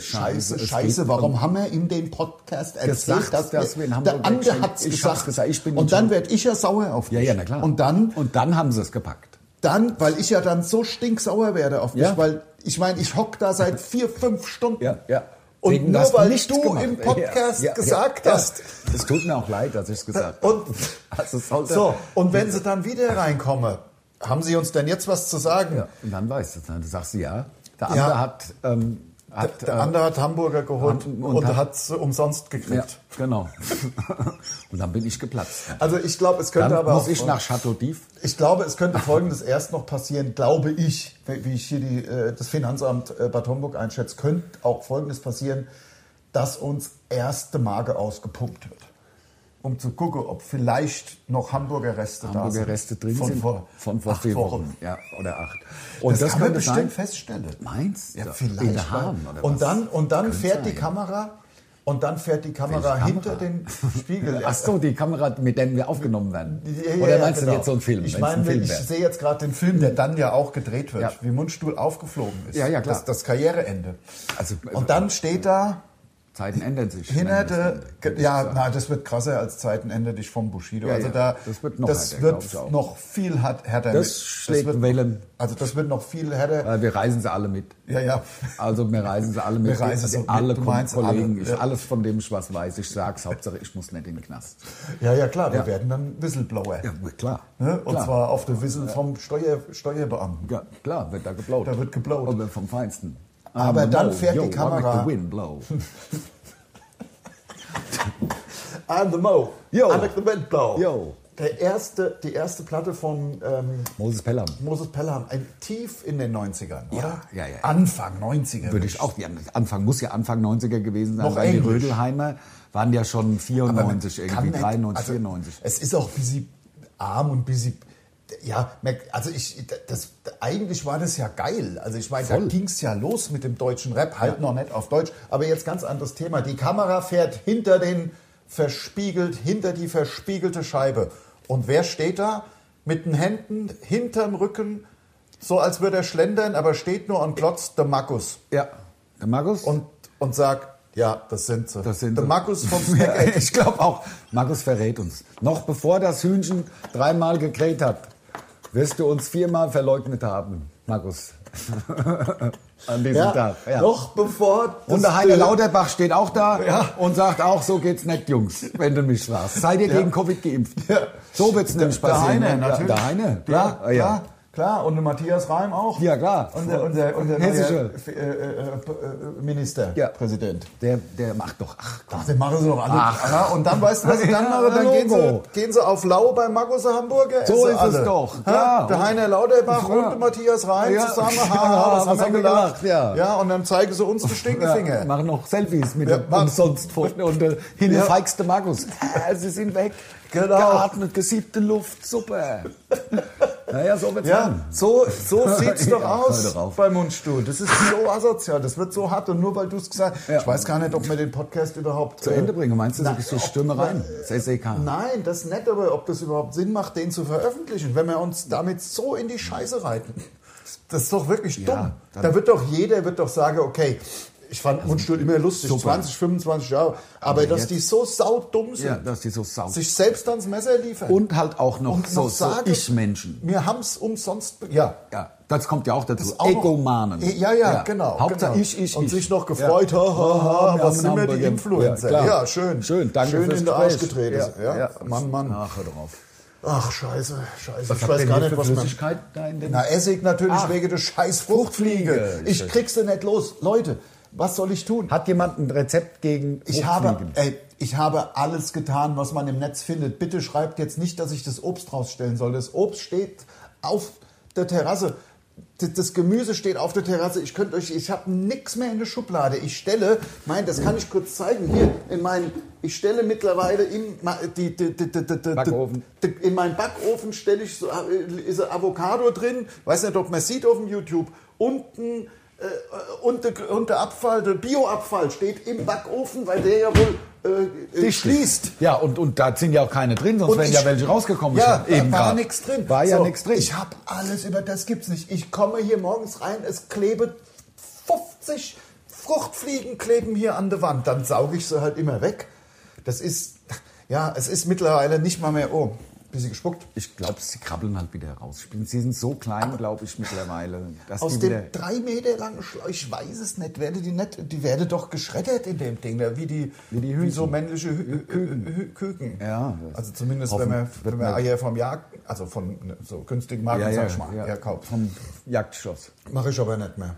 Speaker 3: Scheiße,
Speaker 2: scheiße,
Speaker 3: es
Speaker 2: scheiße.
Speaker 3: geht um
Speaker 2: Warum haben wir in den Podcast erzählt,
Speaker 3: Gesagt, dass wir in Hamburg
Speaker 2: Der andere
Speaker 3: wegstehen.
Speaker 2: hat es
Speaker 3: Ich
Speaker 2: gesagt.
Speaker 3: hab's gesagt, ich bin
Speaker 2: und dann
Speaker 3: schuld.
Speaker 2: werde ich ja sauer auf dich.
Speaker 3: Ja, ja, na klar.
Speaker 2: Und dann
Speaker 3: Und dann haben sie es gepackt.
Speaker 2: dann, weil ich ja dann so stinksauer werde auf dich,
Speaker 3: Ja.
Speaker 2: weil ich meine, ich hock da seit vier, fünf Stunden.
Speaker 3: Ja, ja.
Speaker 2: Und
Speaker 3: Wegen,
Speaker 2: nur
Speaker 3: hast
Speaker 2: weil
Speaker 3: nichts
Speaker 2: du
Speaker 3: gemacht.
Speaker 2: im Podcast
Speaker 3: Ja, ja,
Speaker 2: gesagt
Speaker 3: ja.
Speaker 2: hast.
Speaker 3: Es tut mir auch leid, dass ich es gesagt habe.
Speaker 2: Und,
Speaker 3: Also es sollte-
Speaker 2: so, und wenn sie dann wieder reinkomme, haben sie uns denn jetzt was zu sagen?
Speaker 3: Ja. Und dann weißt du es. Dann sagst du ja. Der
Speaker 2: Ja.
Speaker 3: andere hat, ähm, hat
Speaker 2: Der andere hat Hamburger geholt
Speaker 3: hat-
Speaker 2: und,
Speaker 3: und
Speaker 2: hat es umsonst gekriegt.
Speaker 3: äh, ja, genau. und dann bin ich geplatzt.
Speaker 2: Also ich glaube, es könnte
Speaker 3: Dann
Speaker 2: aber
Speaker 3: muss
Speaker 2: auch
Speaker 3: ich nach Chateau d'If.
Speaker 2: Ich glaube, es könnte Folgendes erst noch passieren, glaube ich, wie ich hier die, äh, das Finanzamt äh, Bad Homburg einschätze, könnte auch Folgendes passieren, dass uns erste Marke ausgepumpt wird, um zu gucken, ob vielleicht noch Hamburger Reste da sind.
Speaker 3: Hamburger Reste drin
Speaker 2: von
Speaker 3: sind.
Speaker 2: Vor,
Speaker 3: von vor
Speaker 2: acht
Speaker 3: vier Wochen. Ja, oder acht. Und das,
Speaker 2: das, kann man
Speaker 3: könnte
Speaker 2: bestimmt
Speaker 3: sein.
Speaker 2: feststellen.
Speaker 3: Meinst du?
Speaker 2: Ja,
Speaker 3: In
Speaker 2: vielleicht.
Speaker 3: der Hahn,
Speaker 2: weil-
Speaker 3: oder
Speaker 2: und
Speaker 3: was?
Speaker 2: dann, und dann fährt die
Speaker 3: sein.
Speaker 2: Kamera und dann fährt die Kamera
Speaker 3: Welche
Speaker 2: hinter
Speaker 3: Kamera?
Speaker 2: den Spiegel.
Speaker 3: Ach so, die Kamera, mit der wir aufgenommen werden.
Speaker 2: Ja, ja,
Speaker 3: Oder
Speaker 2: ja,
Speaker 3: meinst
Speaker 2: genau.
Speaker 3: du jetzt so einen Film?
Speaker 2: Ich
Speaker 3: wenn's ein
Speaker 2: meine,
Speaker 3: Film
Speaker 2: ich
Speaker 3: wär?
Speaker 2: sehe jetzt gerade den Film, der dann ja auch gedreht wird,
Speaker 3: Ja.
Speaker 2: wie Mundstuhl aufgeflogen ist.
Speaker 3: Ja, ja, klar.
Speaker 2: Das, das Karriereende.
Speaker 3: Also,
Speaker 2: Und dann steht da
Speaker 3: Zeiten ändern sich.
Speaker 2: hinderte,
Speaker 3: Könnte ich
Speaker 2: ja,
Speaker 3: sagen.
Speaker 2: na, das wird krasser als Zeitenende dich vom Bushido.
Speaker 3: äh, Ja,
Speaker 2: also
Speaker 3: ja.
Speaker 2: da,
Speaker 3: Das wird noch
Speaker 2: das
Speaker 3: härter, glaub
Speaker 2: wird
Speaker 3: ich auch.
Speaker 2: noch viel hart- härter.
Speaker 3: Das
Speaker 2: mit-
Speaker 3: schlägt
Speaker 2: wird,
Speaker 3: Wellen.
Speaker 2: Also das wird noch viel härter.
Speaker 3: Äh, Wir reisen sie alle mit.
Speaker 2: Ja, ja.
Speaker 3: Also wir reisen sie alle mit. Also,
Speaker 2: Wir reisen sie
Speaker 3: alle
Speaker 2: mit. Du meinst
Speaker 3: Kollegen,
Speaker 2: alle,
Speaker 3: ich,
Speaker 2: ja.
Speaker 3: alles von dem ich was weiß, ich sag's. Hauptsache ich muss nicht in den Knast.
Speaker 2: Ja, ja, klar, wir
Speaker 3: Ja.
Speaker 2: werden dann Whistleblower.
Speaker 3: klar.
Speaker 2: Ne? Und
Speaker 3: klar.
Speaker 2: zwar auf der Whistle vom Steuer, Steuerbeamten.
Speaker 3: ja, klar, wird da geblaut.
Speaker 2: Da wird geblaut.
Speaker 3: Aber vom Feinsten.
Speaker 2: Aber
Speaker 3: I'm the
Speaker 2: dann
Speaker 3: Mo,
Speaker 2: fährt die
Speaker 3: yo, I make
Speaker 2: Kamera-
Speaker 3: The wind blow.
Speaker 2: I'm the Mo.
Speaker 3: Yo.
Speaker 2: I'm the Windblow.
Speaker 3: Yo.
Speaker 2: Der erste, die erste Platte von ähm,
Speaker 3: Moses Pelham.
Speaker 2: Moses Pelham, ein tief in den 90ern, oder?
Speaker 3: ja, ja.
Speaker 2: Anfang 90er.
Speaker 3: Würde ich auch, ja, Anfang, muss ja Anfang 90er gewesen sein,
Speaker 2: Noch
Speaker 3: weil die
Speaker 2: Englisch.
Speaker 3: Rödelheimer waren ja schon 94
Speaker 2: Kann
Speaker 3: irgendwie,
Speaker 2: nicht-
Speaker 3: 93,
Speaker 2: also,
Speaker 3: 94.
Speaker 2: Es ist auch wie sie arm und wie sie. Ja, merk- also ich, das, eigentlich war das ja geil. Also ich meine, da
Speaker 3: Voll.
Speaker 2: ging es ja los mit dem deutschen Rap, halt noch nicht auf Deutsch, aber jetzt ganz anderes Thema. Die Kamera fährt hinter den verspiegelt, hinter die verspiegelte Scheibe. Und wer steht da? Mit den Händen hinterm Rücken, so als würde er schlendern, aber steht nur und glotzt der Markus.
Speaker 3: Ja, der Markus?
Speaker 2: und, und sag, ja, das sind sie.
Speaker 3: Das sind
Speaker 2: der
Speaker 3: sie.
Speaker 2: Markus vom
Speaker 3: Ja,
Speaker 2: Snack
Speaker 3: ich glaube auch, Markus verrät uns. Noch bevor das Hühnchen dreimal gekräht hat, wirst du uns viermal verleugnet haben, Markus. An diesem Tag. Ja.
Speaker 2: Noch bevor das
Speaker 3: Und der Heiner
Speaker 2: Dö-
Speaker 3: Lauterbach steht auch da
Speaker 2: Ja.
Speaker 3: und sagt auch, so geht's nicht, Jungs, wenn du mich fragst. Seid ihr
Speaker 2: Ja.
Speaker 3: gegen Covid geimpft?
Speaker 2: Ja.
Speaker 3: So wird's nämlich
Speaker 2: der
Speaker 3: passieren.
Speaker 2: Heiner,
Speaker 3: Ja,
Speaker 2: natürlich.
Speaker 3: Der Heiner,
Speaker 2: klar,
Speaker 3: klar.
Speaker 2: klar,
Speaker 3: ja.
Speaker 2: klar. Und der Matthias Reim auch.
Speaker 3: Ja, klar.
Speaker 2: Unser, unser, unser neuer
Speaker 3: Hessische.
Speaker 2: äh, äh, äh, Minister,
Speaker 3: Ja.
Speaker 2: Präsident.
Speaker 3: Der, der macht doch, ach
Speaker 2: Ach, den machen sie doch alle.
Speaker 3: Ach.
Speaker 2: Ja, und dann, weißt du, was sie dann
Speaker 3: Ja,
Speaker 2: machen? Dann gehen sie,
Speaker 3: Logo.
Speaker 2: gehen sie auf Lau bei Markus der Hamburger.
Speaker 3: So
Speaker 2: essen
Speaker 3: ist
Speaker 2: alle.
Speaker 3: es doch,
Speaker 2: Ha?
Speaker 3: klar.
Speaker 2: Der Heiner Lauterbach
Speaker 3: Ja.
Speaker 2: und der Matthias Reim
Speaker 3: Ja.
Speaker 2: zusammen.
Speaker 3: Ja,
Speaker 2: haha,
Speaker 3: was haben wir gemacht, ja.
Speaker 2: ja, und dann zeigen sie uns den Stinkefinger.
Speaker 3: Ja, machen noch Selfies mit
Speaker 2: Ja,
Speaker 3: dem
Speaker 2: mach-
Speaker 3: umsonst Foto und äh, hin
Speaker 2: Ja.
Speaker 3: feigste Markus. Äh, Sie sind weg.
Speaker 2: Genau.
Speaker 3: Geatmet, gesiebte Luft, super. Naja, so wird's
Speaker 2: Ja,
Speaker 3: sein.
Speaker 2: so, so sieht's doch
Speaker 3: Ja, hör
Speaker 2: aus
Speaker 3: doch auf.
Speaker 2: beim Mundstuhl. Das ist so asozial, das wird so hart und nur weil du es gesagt hast.
Speaker 3: Ja.
Speaker 2: Ich weiß gar nicht, ob wir den Podcast überhaupt äh,
Speaker 3: Zu Ende bringen, meinst du,
Speaker 2: na,
Speaker 3: so bist du
Speaker 2: ob-
Speaker 3: Stürme rein? Das SEK.
Speaker 2: Nein, das ist nett, aber ob das überhaupt Sinn macht, den zu veröffentlichen, wenn wir uns damit so in die Scheiße reiten. Das ist doch wirklich dumm.
Speaker 3: dann- Also,
Speaker 2: Da wird doch jeder wird doch sagen, okay, ich fand Mundstuhl immer lustig,
Speaker 3: super.
Speaker 2: 20, 25 Jahre, aber dass
Speaker 3: jetzt-
Speaker 2: die so saudumm sind,
Speaker 3: Ja, dass die so sauer.
Speaker 2: sich selbst ans Messer liefern.
Speaker 3: Und halt auch noch
Speaker 2: Und
Speaker 3: so,
Speaker 2: noch
Speaker 3: so
Speaker 2: sagen-
Speaker 3: Ich-Menschen.
Speaker 2: wir haben es umsonst, be- ja,
Speaker 3: Ja, das kommt ja auch dazu.
Speaker 2: auch noch-
Speaker 3: Egomanen.
Speaker 2: E- Ja, ja, genau.
Speaker 3: Hauptsache
Speaker 2: genau.
Speaker 3: ich, ich,
Speaker 2: Und
Speaker 3: ich.
Speaker 2: sich noch gefreut, ha, ha, ha,
Speaker 3: wir haben
Speaker 2: was sind wir
Speaker 3: Hamburger
Speaker 2: die
Speaker 3: Game.
Speaker 2: Influencer?
Speaker 3: Ja,
Speaker 2: Ja,
Speaker 3: klar.
Speaker 2: schön.
Speaker 3: Schön, danke
Speaker 2: Schön
Speaker 3: fürs
Speaker 2: in den Arsch
Speaker 3: Gespräch.
Speaker 2: getreten. Ja,
Speaker 3: Ja,
Speaker 2: Mann, Mann.
Speaker 3: Ach, hör drauf.
Speaker 2: Ach, scheiße, scheiße.
Speaker 3: Was
Speaker 2: ich weiß gar nicht, was man...
Speaker 3: Flüssigkeit da in den...
Speaker 2: Na, Essig natürlich
Speaker 3: Ach.
Speaker 2: wegen der scheiß Fruchtfliege.
Speaker 3: Fruchtfliege.
Speaker 2: Ich krieg's denn nicht los. Leute, was soll ich tun?
Speaker 3: Hat jemand ein Rezept gegen
Speaker 2: Ich habe, ey, ich habe alles getan, was man im Netz findet. Bitte schreibt jetzt nicht, dass ich das Obst rausstellen soll. Das Obst steht auf der Terrasse. D- Das Gemüse steht auf der Terrasse. Ich könnte euch, ich habe nichts mehr in der Schublade. Ich stelle, mein, das kann ich kurz zeigen hier in meinen. Ich stelle mittlerweile in ma- die, die, die, die, die, die
Speaker 3: Backofen.
Speaker 2: die- in meinen Backofen stelle ich so äh, ist ein Avocado drin. Weiß nicht, ob man sieht auf dem YouTube. Unten und der, und der Abfall, der Bioabfall steht im Backofen, weil der ja wohl äh, äh,
Speaker 3: Dich
Speaker 2: schließt.
Speaker 3: schließt. Ja, und, und da sind ja auch keine drin, sonst
Speaker 2: Und
Speaker 3: wären
Speaker 2: ich-
Speaker 3: ja welche rausgekommen.
Speaker 2: Ja,
Speaker 3: schon. eben
Speaker 2: da war
Speaker 3: grad.
Speaker 2: nichts drin.
Speaker 3: War ja
Speaker 2: So,
Speaker 3: nichts drin.
Speaker 2: Ich habe alles über das gibt's nicht. Ich komme hier morgens rein, es klebe 50 Fruchtfliegen kleben hier an der Wand. Dann sauge ich sie halt immer weg. Das ist, ja, es ist mittlerweile nicht mal mehr, oh, bisschen gespuckt.
Speaker 3: Ich glaube, sie krabbeln halt wieder raus. Spielen- Sie sind so klein, glaube ich, mittlerweile. Dass
Speaker 2: Aus
Speaker 3: die
Speaker 2: dem
Speaker 3: wieder
Speaker 2: drei Meter langen Schlauch, ich weiß es nicht, werde die nicht, die werde doch geschreddert in dem Ding, da, wie die,
Speaker 3: Wie die
Speaker 2: so
Speaker 3: Hühnchen.
Speaker 2: männliche Hü Küken. Hü Küken.
Speaker 3: Ja, das-
Speaker 2: also zumindest
Speaker 3: hoffen-
Speaker 2: wenn man,
Speaker 3: wird
Speaker 2: wenn man
Speaker 3: man-
Speaker 2: Eier vom Jagd, also von ne, so künstlichen Marken,
Speaker 3: ja,
Speaker 2: sag
Speaker 3: ja,
Speaker 2: ich mal,
Speaker 3: ja.
Speaker 2: ja. kauft.
Speaker 3: vom Jagdschloss.
Speaker 2: Mache ich aber nicht mehr.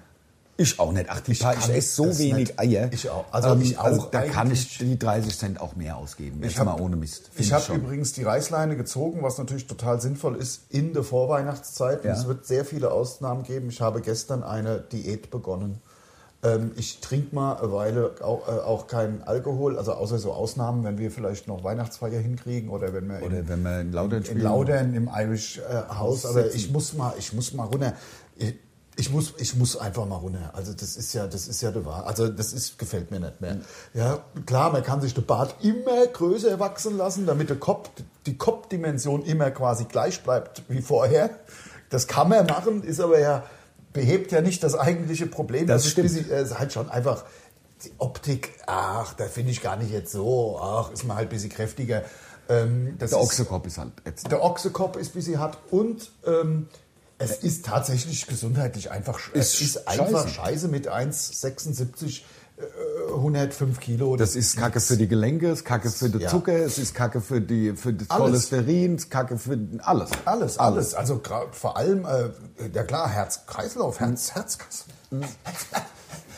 Speaker 3: Ich auch nicht. Ach, die ich, ich
Speaker 2: kann
Speaker 3: esse so
Speaker 2: das
Speaker 3: wenig
Speaker 2: nicht.
Speaker 3: Eier. Ähm,
Speaker 2: Ich auch. Also ich auch
Speaker 3: da kann ich
Speaker 2: eigentlich.
Speaker 3: die 30 Cent auch mehr ausgeben. Jetzt
Speaker 2: hab-
Speaker 3: mal ohne Mist. Find
Speaker 2: ich habe
Speaker 3: schon.
Speaker 2: übrigens die Reißleine gezogen, was natürlich total sinnvoll ist in der Vorweihnachtszeit.
Speaker 3: Ja.
Speaker 2: Und es wird sehr viele Ausnahmen geben. Ich habe gestern eine Diät begonnen. Ähm, ich trinke mal eine Weile auch, äh, auch keinen Alkohol, also außer so Ausnahmen, wenn wir vielleicht noch Weihnachtsfeier hinkriegen oder wenn wir
Speaker 3: Oder
Speaker 2: in,
Speaker 3: wenn man in Lautern
Speaker 2: in
Speaker 3: spielen.
Speaker 2: Laudern im Irish äh, House, aber
Speaker 3: sitzen.
Speaker 2: ich muss mal, ich muss mal runter. Ich, ich muss, ich muss einfach mal runter. Also das ist ja, das ist ja der Wahr. Also das ist, gefällt mir nicht mehr. Ja, klar, man kann sich den Bart immer größer wachsen lassen, damit der Kopf, die Kopfdimension immer quasi gleich bleibt wie vorher. Das kann man machen, ist aber ja behebt ja nicht das eigentliche Problem.
Speaker 3: Das
Speaker 2: ist
Speaker 3: stimmt.
Speaker 2: diese- äh, ist halt schon einfach die Optik. Ach, da finde ich gar nicht jetzt so. Ach, ist man halt ein bisschen kräftiger. Ähm, das
Speaker 3: Der
Speaker 2: ist-
Speaker 3: Ochsekopf ist halt jetzt.
Speaker 2: der Ochsekopf ist, wie sie hat. Und ähm, es ist tatsächlich gesundheitlich einfach sch-
Speaker 3: Ist
Speaker 2: es ist
Speaker 3: scheiße.
Speaker 2: einfach scheiße mit 1,76, äh, 105 Kilo.
Speaker 3: Das ist Kacke für die Gelenke, es ist Kacke für den
Speaker 2: Ja.
Speaker 3: Zucker, es ist Kacke für, die, für das
Speaker 2: Alles.
Speaker 3: Cholesterin, es ist Kacke für alles.
Speaker 2: alles, alles. Also gra- vor allem, äh, ja klar, Herz-Kreislauf,
Speaker 3: Mhm.
Speaker 2: Herz, Herzkreislauf.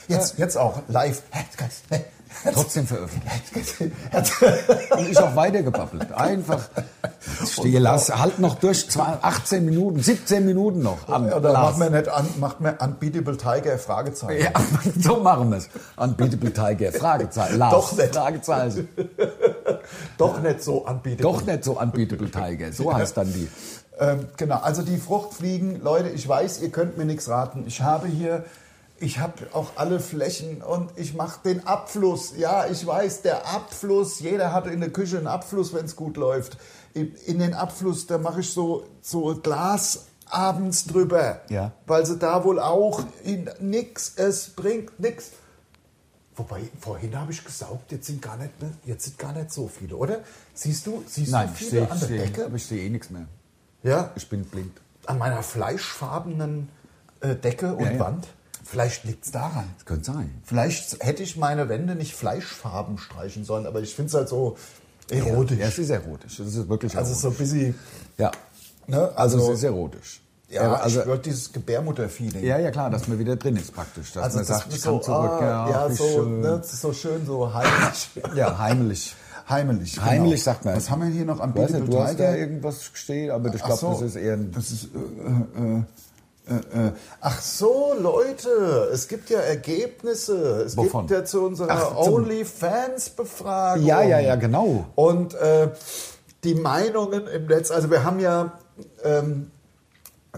Speaker 2: Jetzt, jetzt auch live. Herzkreislauf.
Speaker 3: Trotzdem veröffentlicht.
Speaker 2: Herz,
Speaker 3: Und ich auch weitergebabbelt. Einfach. Stehe, lass, halt noch durch, zwei- 18 Minuten, 17 Minuten noch. An,
Speaker 2: ja, da macht
Speaker 3: Lars.
Speaker 2: man nicht an, macht man Unbeatable Tiger Fragezeichen.
Speaker 3: Ja, so machen wir es. Unbeatable Tiger, Fragezeichen. Lars,
Speaker 2: Doch nicht.
Speaker 3: Fragezeichen.
Speaker 2: Doch nicht so unbeatable.
Speaker 3: Doch nicht so Unbeatable Tiger, so heißt dann die.
Speaker 2: Ähm, genau, also die Fruchtfliegen, Leute, ich weiß, ihr könnt mir nichts raten. Ich habe hier, ich habe auch alle Flächen und ich mache den Abfluss. Ja, ich weiß, der Abfluss, jeder hatte in der Küche einen Abfluss, wenn es gut läuft. In, in den Abfluss, da mache ich so, so Glas abends drüber.
Speaker 3: Ja.
Speaker 2: Weil sie da wohl auch in nix, es bringt nix. Wobei, vorhin habe ich gesaugt, jetzt sind gar nicht, mehr, jetzt sind gar nicht so viele, oder? Siehst du, siehst
Speaker 3: Nein,
Speaker 2: du
Speaker 3: ich
Speaker 2: viele
Speaker 3: sehe
Speaker 2: an
Speaker 3: ich
Speaker 2: der
Speaker 3: sehe-
Speaker 2: Decke?
Speaker 3: aber ich sehe eh nichts mehr.
Speaker 2: Ja,
Speaker 3: Ich bin blind.
Speaker 2: an meiner fleischfarbenen äh, Decke und
Speaker 3: Ja, ja.
Speaker 2: Wand. Vielleicht liegt es daran.
Speaker 3: Das könnte sein.
Speaker 2: Vielleicht hätte ich meine Wände nicht fleischfarben streichen sollen, aber ich finde es halt so erotisch.
Speaker 3: Ja, es ist erotisch. Es ist wirklich
Speaker 2: also
Speaker 3: erotisch.
Speaker 2: so ein bisschen,
Speaker 3: ja,
Speaker 2: ne?
Speaker 3: also,
Speaker 2: Also,
Speaker 3: es ist erotisch.
Speaker 2: ja,
Speaker 3: also,
Speaker 2: ich würde dieses Gebärmutter-Feeling.
Speaker 3: ja, ja, klar, dass man wieder drin ist praktisch. Dass
Speaker 2: also
Speaker 3: man
Speaker 2: das
Speaker 3: sagt,
Speaker 2: ist
Speaker 3: ich
Speaker 2: so,
Speaker 3: kann zurück.
Speaker 2: ah,
Speaker 3: ja,
Speaker 2: ja,
Speaker 3: wie
Speaker 2: so,
Speaker 3: schön.
Speaker 2: ne, das ist so schön, so heimlich.
Speaker 3: ja, heimlich.
Speaker 2: Heimlich, genau.
Speaker 3: Heimlich sagt man.
Speaker 2: Was haben wir hier noch am
Speaker 3: Ich weiß nicht, du hast da
Speaker 2: Tiger?
Speaker 3: irgendwas steht, aber ich
Speaker 2: Ach
Speaker 3: glaube,
Speaker 2: so.
Speaker 3: das ist eher ein
Speaker 2: Das ist. Äh, äh, äh, äh. Ach so, Leute, es gibt ja Ergebnisse. Es
Speaker 3: Wovon?
Speaker 2: gibt ja zu unserer
Speaker 3: Ach, zum-
Speaker 2: OnlyFans-Befragung.
Speaker 3: Ja, ja, ja, genau.
Speaker 2: Und äh, die Meinungen im Netz, also wir haben ja ähm,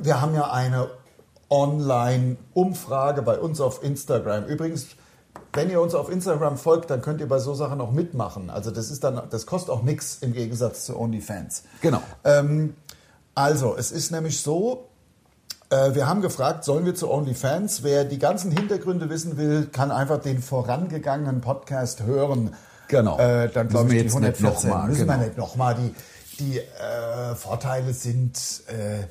Speaker 2: wir haben ja eine Online-Umfrage bei uns auf Instagram. Übrigens, wenn ihr uns auf Instagram folgt, dann könnt ihr bei so Sachen auch mitmachen. Also das ist dann, das kostet auch nichts im Gegensatz zu OnlyFans.
Speaker 3: Genau.
Speaker 2: Ähm, also, es ist nämlich so, äh, wir haben gefragt, sollen wir zu OnlyFans? Wer die ganzen Hintergründe wissen will, kann einfach den vorangegangenen Podcast hören.
Speaker 3: Genau.
Speaker 2: Äh, dann
Speaker 3: Müssen
Speaker 2: glaube
Speaker 3: wir
Speaker 2: ich, die
Speaker 3: jetzt nicht
Speaker 2: 114.
Speaker 3: nochmal,
Speaker 2: Müssen
Speaker 3: genau.
Speaker 2: wir nicht nochmal. Die, die äh, Vorteile sind, äh,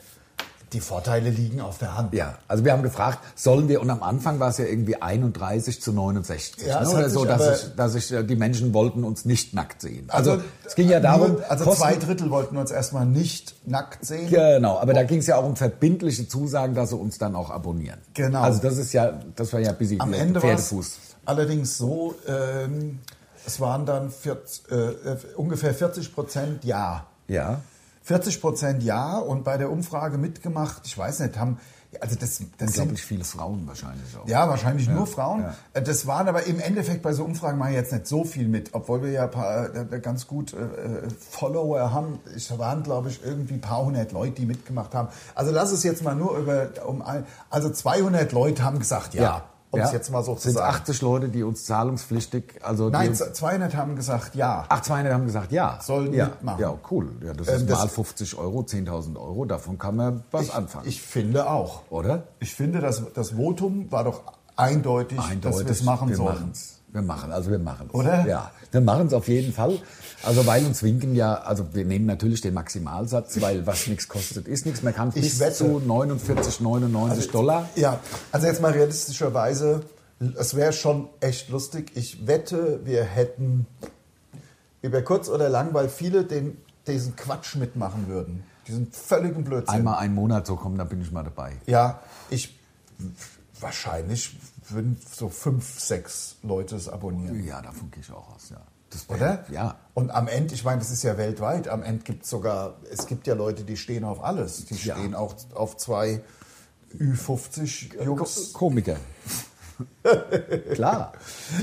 Speaker 2: die Vorteile liegen auf der Hand.
Speaker 3: Ja, also wir haben gefragt, sollen wir, und am Anfang war es ja irgendwie 31 zu 69,
Speaker 2: Ja,
Speaker 3: ne,
Speaker 2: es hat
Speaker 3: oder so,
Speaker 2: sich
Speaker 3: dass
Speaker 2: aber-
Speaker 3: ich, dass ich, äh, die Menschen wollten uns nicht nackt sehen. Also, es ging ja
Speaker 2: nur-
Speaker 3: darum,
Speaker 2: also
Speaker 3: Kosten-
Speaker 2: zwei Drittel wollten uns erstmal nicht nackt sehen.
Speaker 3: Genau, aber da ging es ja auch um verbindliche Zusagen, dass sie uns dann auch abonnieren.
Speaker 2: Genau.
Speaker 3: Also das ist ja, das war ja ein bisschen
Speaker 2: Am
Speaker 3: Pferde-
Speaker 2: Ende
Speaker 3: Äh,
Speaker 2: war es
Speaker 3: Pferdefuß.
Speaker 2: allerdings so, ähm, es waren dann 40, äh, äh, ungefähr 40 Prozent Ja.
Speaker 3: Ja.
Speaker 2: 40 Prozent Ja und bei der Umfrage mitgemacht, ich weiß nicht, haben, also das, das sind
Speaker 3: Unglaublich viele Frauen wahrscheinlich auch.
Speaker 2: Ja, wahrscheinlich nur Frauen.
Speaker 3: ja.
Speaker 2: Äh, Das waren aber im Endeffekt bei so Umfragen mache ich jetzt nicht so viel mit, obwohl wir ja ein paar, äh, ganz gut äh, äh, Follower haben. Es waren, glaube ich, irgendwie ein paar hundert Leute, die mitgemacht haben. Also lass es jetzt mal nur über, um ein, also 200 Leute haben gesagt ja, um es jetzt mal so zu
Speaker 3: Sind
Speaker 2: sagen.
Speaker 3: 80 Leute, die uns zahlungspflichtig, also
Speaker 2: Nein,
Speaker 3: die,
Speaker 2: 200 haben gesagt ja.
Speaker 3: ach, 200 haben gesagt, ja.
Speaker 2: Sollen
Speaker 3: ja.
Speaker 2: mitmachen.
Speaker 3: Ja, cool. Ja, das
Speaker 2: Ähm,
Speaker 3: ist
Speaker 2: das-
Speaker 3: mal 50 Euro, 10.000 Euro, davon kann man was anfangen.
Speaker 2: Ich finde auch.
Speaker 3: oder?
Speaker 2: Ich finde, das, das Votum war doch eindeutig, dass wir es machen
Speaker 3: wir
Speaker 2: sollen.
Speaker 3: Machen's. Wir machen, also wir machen es.
Speaker 2: Oder?
Speaker 3: Ja, wir machen es auf jeden Fall. Also weil uns winken ja, also wir nehmen natürlich den Maximalsatz, weil was nichts kostet, ist nichts. Man kann
Speaker 2: Ich
Speaker 3: bis
Speaker 2: wette.
Speaker 3: zu 49,99 Dollar.
Speaker 2: Ja, also jetzt mal realistischerweise, es wäre schon echt lustig. Ich wette, wir hätten über kurz oder lang, weil viele den, diesen Quatsch mitmachen würden. Diesen völligen Blödsinn.
Speaker 3: Einmal einen Monat so kommen, dann bin ich mal dabei.
Speaker 2: Ja, ich wahrscheinlich würden so fünf, sechs Leute es abonnieren.
Speaker 3: Ja, davon gehe ich auch aus, ja. Das wär-
Speaker 2: Oder?
Speaker 3: Ja.
Speaker 2: Und am Ende, ich meine, das ist ja weltweit, am Ende gibt es sogar, es gibt ja Leute, die stehen auf alles. Die
Speaker 3: Ja.
Speaker 2: stehen auch auf zwei Ü50-Jungs.
Speaker 3: Ko- Komiker. Klar.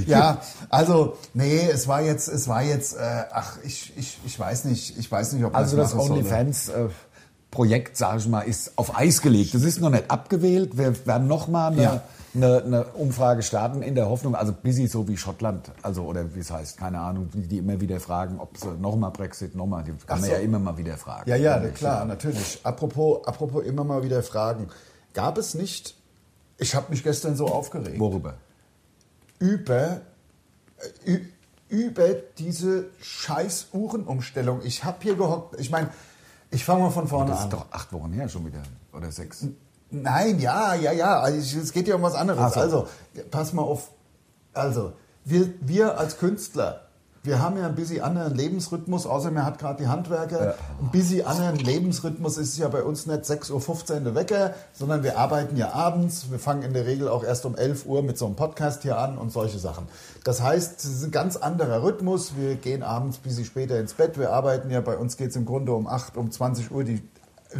Speaker 2: Ja, also nee, es war jetzt, es war jetzt, äh, ach, ich, ich, ich weiß nicht, ich weiß nicht, ob man
Speaker 3: Also das
Speaker 2: machen soll.
Speaker 3: OnlyFans-Projekt, sage ich mal, ist auf Eis gelegt. Es ist noch nicht abgewählt. Wir werden noch mal eine,
Speaker 2: Ja.
Speaker 3: eine, eine Umfrage starten in der Hoffnung, also busy so wie Schottland, also oder wie es heißt, keine Ahnung, die, die immer wieder fragen, ob sie noch mal Brexit, noch mal, die kann man
Speaker 2: so.
Speaker 3: ja immer mal wieder fragen.
Speaker 2: Ja, ja, klar, natürlich. Apropos, apropos immer mal wieder Fragen. Gab es nicht, ich habe mich gestern so aufgeregt,
Speaker 3: Worüber?
Speaker 2: über, äh, ü- über diese scheiß Uhrenumstellung. Ich habe hier gehockt, ich meine, ich fange mal von vorne
Speaker 3: Das
Speaker 2: an.
Speaker 3: ist doch acht Wochen her schon wieder oder sechs.
Speaker 2: Nein, ja, ja, ja. Also, ich- es geht ja um was anderes.
Speaker 3: Ach so.
Speaker 2: Also, pass mal auf. Also, wir, wir als Künstler, wir haben ja ein bisschen anderen Lebensrhythmus, außer mir hat gerade die Handwerker. Ein bisschen anderen Lebensrhythmus ist es ja bei uns nicht 6.15 Uhr der Wecker, sondern wir arbeiten ja abends. Wir fangen in der Regel auch erst um 11 Uhr mit so einem Podcast hier an und solche Sachen. Das heißt, es ist ein ganz anderer Rhythmus. Wir gehen abends ein bisschen später ins Bett. Wir arbeiten ja, bei uns geht es im Grunde um 8, um 20 Uhr die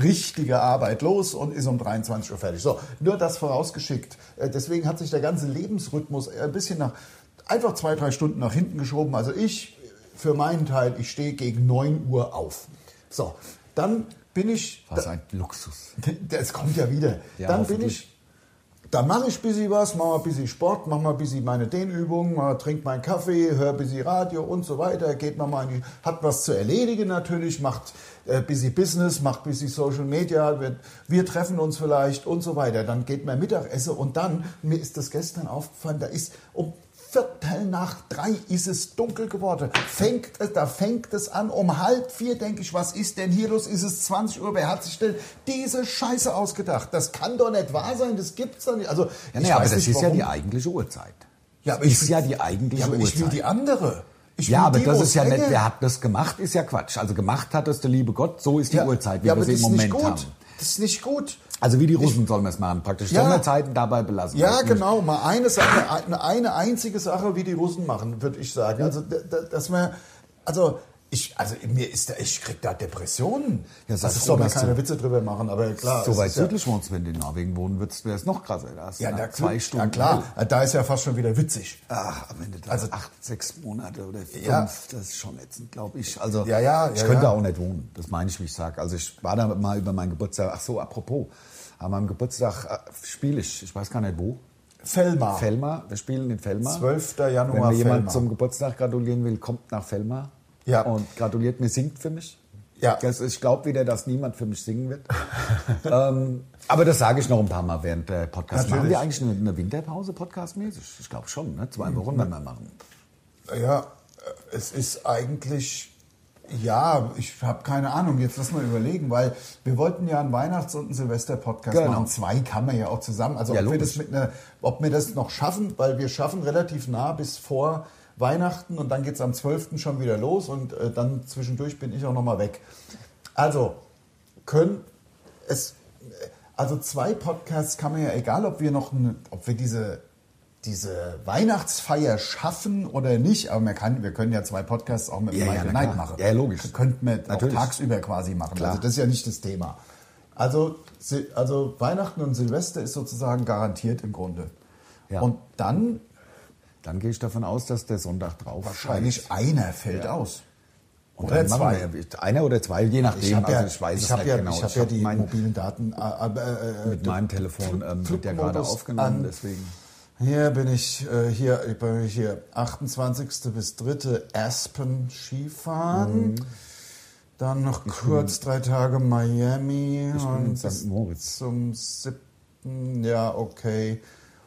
Speaker 2: richtige Arbeit los und ist um 23 Uhr fertig. So, nur das vorausgeschickt. Äh, Deswegen hat sich der ganze Lebensrhythmus äh, ein bisschen nach, einfach zwei, drei Stunden nach hinten geschoben. Also ich, für meinen Teil, ich stehe gegen 9 Uhr auf. So, dann bin ich,
Speaker 3: Was ein Luxus.
Speaker 2: das kommt ja wieder.
Speaker 3: Ja,
Speaker 2: dann bin
Speaker 3: hoffentlich.
Speaker 2: ich, dann mache ich ein bisschen was, mache mal ein bisschen Sport, mache mal ein bisschen meine Dehnübungen, mal trink meinen Kaffee, höre ein bisschen Radio und so weiter, geht man mal in die, hat was zu erledigen natürlich, macht äh, ein bisschen Business, macht ein bisschen Social Media, wir, wir treffen uns vielleicht und so weiter. Dann geht man Mittagessen und dann, mir ist das gestern aufgefallen, da ist um Viertel nach drei ist es dunkel geworden. Fängt es, da fängt es an. Um halb vier denke ich, was ist denn hier los? Ist es 20 Uhr? Wer hat sich denn diese Scheiße ausgedacht? Das kann doch nicht wahr sein. Das gibt's doch nicht. Also,
Speaker 3: Ja,
Speaker 2: ich
Speaker 3: nee, aber
Speaker 2: weiß
Speaker 3: das
Speaker 2: nicht,
Speaker 3: ist ja
Speaker 2: warum.
Speaker 3: die eigentliche Uhrzeit.
Speaker 2: Ja, aber
Speaker 3: ist
Speaker 2: ich-
Speaker 3: ja die eigentliche
Speaker 2: Ja, aber
Speaker 3: Uhrzeit.
Speaker 2: ich will die andere. Ich
Speaker 3: Ja,
Speaker 2: will
Speaker 3: aber
Speaker 2: die,
Speaker 3: das
Speaker 2: wo
Speaker 3: ist
Speaker 2: es
Speaker 3: ja
Speaker 2: hänge.
Speaker 3: nicht, wer hat das gemacht, ist ja Quatsch. Also gemacht hat es der liebe Gott, so ist die
Speaker 2: ja,
Speaker 3: Uhrzeit, wie
Speaker 2: ja,
Speaker 3: wir
Speaker 2: aber
Speaker 3: sie im
Speaker 2: das ist
Speaker 3: Moment
Speaker 2: nicht gut.
Speaker 3: haben.
Speaker 2: Das ist nicht gut.
Speaker 3: Also wie die Russen sollen wir es machen, praktisch
Speaker 2: Ja.
Speaker 3: Sonderzeiten dabei belassen.
Speaker 2: Ja,
Speaker 3: Nicht-
Speaker 2: genau. Mal eine Sache, eine einzige Sache, wie die Russen machen, würde ich sagen. Also, da- da- dass man, also
Speaker 4: Ich, also mir ist da, ich krieg da Depressionen.
Speaker 3: Ja,
Speaker 2: Das
Speaker 3: sagst
Speaker 2: ist
Speaker 3: du,
Speaker 2: doch mal
Speaker 3: dass du-
Speaker 2: keine Witze drüber machen, aber klar.
Speaker 3: So
Speaker 2: es
Speaker 3: weit
Speaker 2: ist ja-
Speaker 3: südlich wohnst, wenn du in Norwegen wohnen würdest, wäre es noch krasser. Da hast du
Speaker 2: Ja,
Speaker 3: nach
Speaker 2: da,
Speaker 3: zwei Stunden.
Speaker 2: Ja, klar. Da ist ja fast schon wieder witzig.
Speaker 3: Ach, am Ende also
Speaker 2: Also-
Speaker 3: acht, sechs Monate oder fünf,
Speaker 2: Ja.
Speaker 3: das ist schon ätzend, glaube ich. Also
Speaker 2: Ja, ja,
Speaker 3: ich
Speaker 2: ja,
Speaker 3: könnte
Speaker 2: ja.
Speaker 3: auch nicht wohnen, das meine ich, wie ich sage. Also ich war da mal über meinen Geburtstag, ach so, apropos, an meinem Geburtstag äh, spiele ich, ich weiß gar nicht wo,
Speaker 2: Fellmar.
Speaker 3: Fellmar, wir spielen in Fellmar.
Speaker 2: 12. Ah. Januar
Speaker 3: Wenn mir jemand
Speaker 2: Fellmar.
Speaker 3: zum Geburtstag gratulieren will, kommt nach Fellmar
Speaker 2: Ja.
Speaker 3: und gratuliert mir, singt für mich.
Speaker 2: Ja.
Speaker 3: Das, ist- ich glaube wieder, dass niemand für mich singen wird. ähm, aber das sage ich noch ein paar Mal während der Podcast. Machen
Speaker 2: Natürlich. Mhm.
Speaker 3: wir eigentlich eine, eine Winterpause podcastmäßig? Ich glaube schon, ne? zwei Wochen werden wir machen.
Speaker 2: Ja, äh, es ist eigentlich. Ja, ich habe keine Ahnung. Jetzt lass mal überlegen, weil wir wollten ja einen Weihnachts- und einen Silvester-Podcast
Speaker 3: Genau.
Speaker 2: machen. Zwei kann man ja auch zusammen. Also
Speaker 3: Ja,
Speaker 2: ob, wir
Speaker 3: logisch.
Speaker 2: das mit einer, ob wir das noch schaffen, weil wir schaffen relativ nah bis vor Weihnachten und dann geht es am 12. schon wieder los und äh, dann zwischendurch bin ich auch nochmal weg. Also können es, also zwei Podcasts kann man ja, egal ob wir noch, eine- ob wir diese, diese Weihnachtsfeier schaffen oder nicht, aber man kann, wir können ja zwei Podcasts auch mit
Speaker 3: Ja, ja,
Speaker 2: Michael
Speaker 3: na
Speaker 2: Knight
Speaker 3: klar.
Speaker 2: machen.
Speaker 3: Ja, logisch.
Speaker 2: Könnten wir
Speaker 3: Natürlich.
Speaker 2: auch tagsüber quasi machen.
Speaker 3: Klar.
Speaker 2: Also das ist ja nicht das Thema. Also, Sil- also Weihnachten und Silvester ist sozusagen garantiert im Grunde.
Speaker 3: Ja.
Speaker 2: Und dann
Speaker 3: Dann gehe ich davon aus, dass der Sonntag drauf
Speaker 2: wahrscheinlich einer fällt aus.
Speaker 3: Und
Speaker 2: oder
Speaker 3: dann machen
Speaker 2: zwei.
Speaker 3: Wir, einer oder zwei, je nachdem.
Speaker 2: Ich habe ja,
Speaker 3: also ich weiß
Speaker 2: ich
Speaker 3: es
Speaker 2: hab
Speaker 3: nicht
Speaker 2: ja,
Speaker 3: genau.
Speaker 2: ich hab ja
Speaker 3: hab
Speaker 2: die
Speaker 3: mein,
Speaker 2: mobilen Daten. Äh, äh, äh,
Speaker 3: mit meinem Telefon ähm, wird ja gerade
Speaker 2: Flugmodus
Speaker 3: aufgenommen,
Speaker 2: an.
Speaker 3: deswegen.
Speaker 2: Hier bin ich, äh, hier, ich bin hier 28. bis 3. Aspen
Speaker 3: Mhm.
Speaker 2: Skifahren. Dann noch kurz drei Tage Miami
Speaker 3: bin in St.
Speaker 2: bis
Speaker 3: Moritz.
Speaker 2: zum 7. Ja, okay.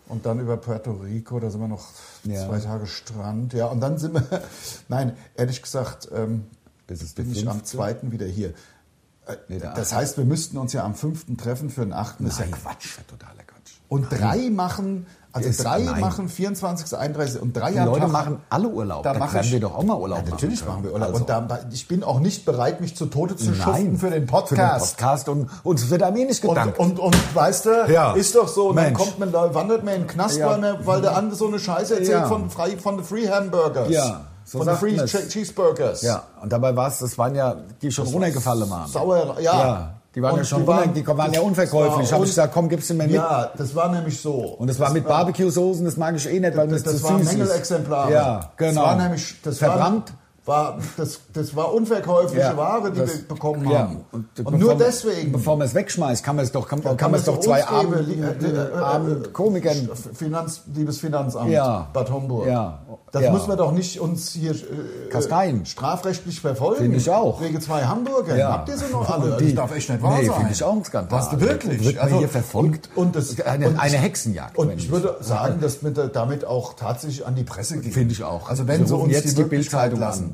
Speaker 2: Und dann über Puerto Rico, da sind wir noch
Speaker 3: Ja.
Speaker 2: zwei Tage Strand. Ja, und dann sind wir, nein, ehrlich gesagt, ähm,
Speaker 3: Das ist
Speaker 2: bin
Speaker 3: der
Speaker 2: ich am
Speaker 3: 5.?
Speaker 2: 2. wieder hier. Äh,
Speaker 3: Nee, der
Speaker 2: das heißt, wir müssten uns ja am 5. treffen für den 8. ist ja
Speaker 3: Nein,
Speaker 2: Quatsch.
Speaker 3: Totaler Quatsch.
Speaker 2: Und drei machen, also
Speaker 3: Ist-
Speaker 2: drei
Speaker 3: nein.
Speaker 2: machen 24, 31 und drei
Speaker 3: Die
Speaker 2: am
Speaker 3: Leute
Speaker 2: Tag.
Speaker 3: machen alle Urlaub.
Speaker 2: Da
Speaker 3: Da,
Speaker 2: mach
Speaker 3: können
Speaker 2: ich-
Speaker 3: wir doch auch mal Urlaub
Speaker 2: Ja, natürlich
Speaker 3: machen.
Speaker 2: machen wir Urlaub.
Speaker 3: Also-
Speaker 2: Und da, ich bin auch nicht bereit, mich zu Tode zu schuften
Speaker 3: Nein.
Speaker 2: für den
Speaker 3: Für den
Speaker 2: Podcast.
Speaker 3: Podcast und uns wird ein wenig gedankt.
Speaker 2: Und, und, und weißt du,
Speaker 3: Ja.
Speaker 2: ist doch so, dann
Speaker 3: Mensch.
Speaker 2: kommt man da, wandert man in den Knast,
Speaker 3: Ja.
Speaker 2: weil, man, weil der andere so eine Scheiße erzählt
Speaker 3: Ja.
Speaker 2: von, frei, von the Free Hamburgers.
Speaker 3: Ja, so
Speaker 2: von the
Speaker 3: sagt
Speaker 2: Free
Speaker 3: man's.
Speaker 2: che Cheeseburgers.
Speaker 3: ja, und dabei war es, das waren ja, die schon runtergefallen waren.
Speaker 2: Sauer, ja.
Speaker 3: Ja, die waren
Speaker 2: Und
Speaker 3: ja schon
Speaker 2: die waren-
Speaker 3: runter, die waren ja unverkäuflich.
Speaker 2: das
Speaker 3: Habe
Speaker 2: war
Speaker 3: ich gesagt, komm, gib's dir mal mit.
Speaker 2: Ja, das war nämlich so.
Speaker 3: Und es war mit Barbecue-Soßen, das mag ich eh nicht, weil mir
Speaker 2: Das,
Speaker 3: das,
Speaker 2: das
Speaker 3: zu
Speaker 2: waren
Speaker 3: süß ist.
Speaker 2: Mängelexemplare.
Speaker 3: Ja, genau.
Speaker 2: Das war nämlich das
Speaker 3: Verbrannt.
Speaker 2: War, war, das, das war unverkäufliche
Speaker 3: Ja,
Speaker 2: Ware, die
Speaker 3: das-
Speaker 2: wir bekommen
Speaker 3: ja.
Speaker 2: haben.
Speaker 3: Und,
Speaker 2: Und,
Speaker 3: bevor
Speaker 2: nur
Speaker 3: man-
Speaker 2: deswegen.
Speaker 3: Bevor man es wegschmeißt, kann man es doch, kann, kann,
Speaker 2: kann
Speaker 3: man es doch zwei
Speaker 2: uns geben,
Speaker 3: armen,
Speaker 2: lie- äh, äh,
Speaker 3: äh,
Speaker 2: äh,
Speaker 3: armen Komikern
Speaker 2: Finanz, liebes Finanzamt
Speaker 3: Ja.
Speaker 2: Bad Homburg.
Speaker 3: Ja.
Speaker 2: Das
Speaker 3: Ja.
Speaker 2: müssen wir doch nicht uns hier äh,
Speaker 3: Kasteien.
Speaker 2: strafrechtlich verfolgen.
Speaker 3: Finde ich auch.
Speaker 2: Wegen zwei Hamburger. Habt ihr sie noch
Speaker 3: Und
Speaker 2: alle?
Speaker 3: die-
Speaker 2: das darf echt nicht wahr
Speaker 3: nee,
Speaker 2: sein.
Speaker 3: finde ich auch ein Skandal.
Speaker 2: Was du wirklich? Also,
Speaker 3: Wird man hier verfolgt?
Speaker 2: Und, und das,
Speaker 3: Eine-
Speaker 2: und
Speaker 3: eine Hexenjagd,
Speaker 2: Und
Speaker 3: wenn
Speaker 2: ich
Speaker 3: nicht.
Speaker 2: würde sagen, dass wir da- damit auch tatsächlich an die Presse gehen.
Speaker 3: Finde ich auch.
Speaker 2: Also wenn
Speaker 3: Wir
Speaker 2: sie
Speaker 3: rufen
Speaker 2: uns
Speaker 3: jetzt
Speaker 2: die
Speaker 3: die
Speaker 2: Möglichkeit
Speaker 3: Bild-Zeitung
Speaker 2: lassen,
Speaker 3: an. Um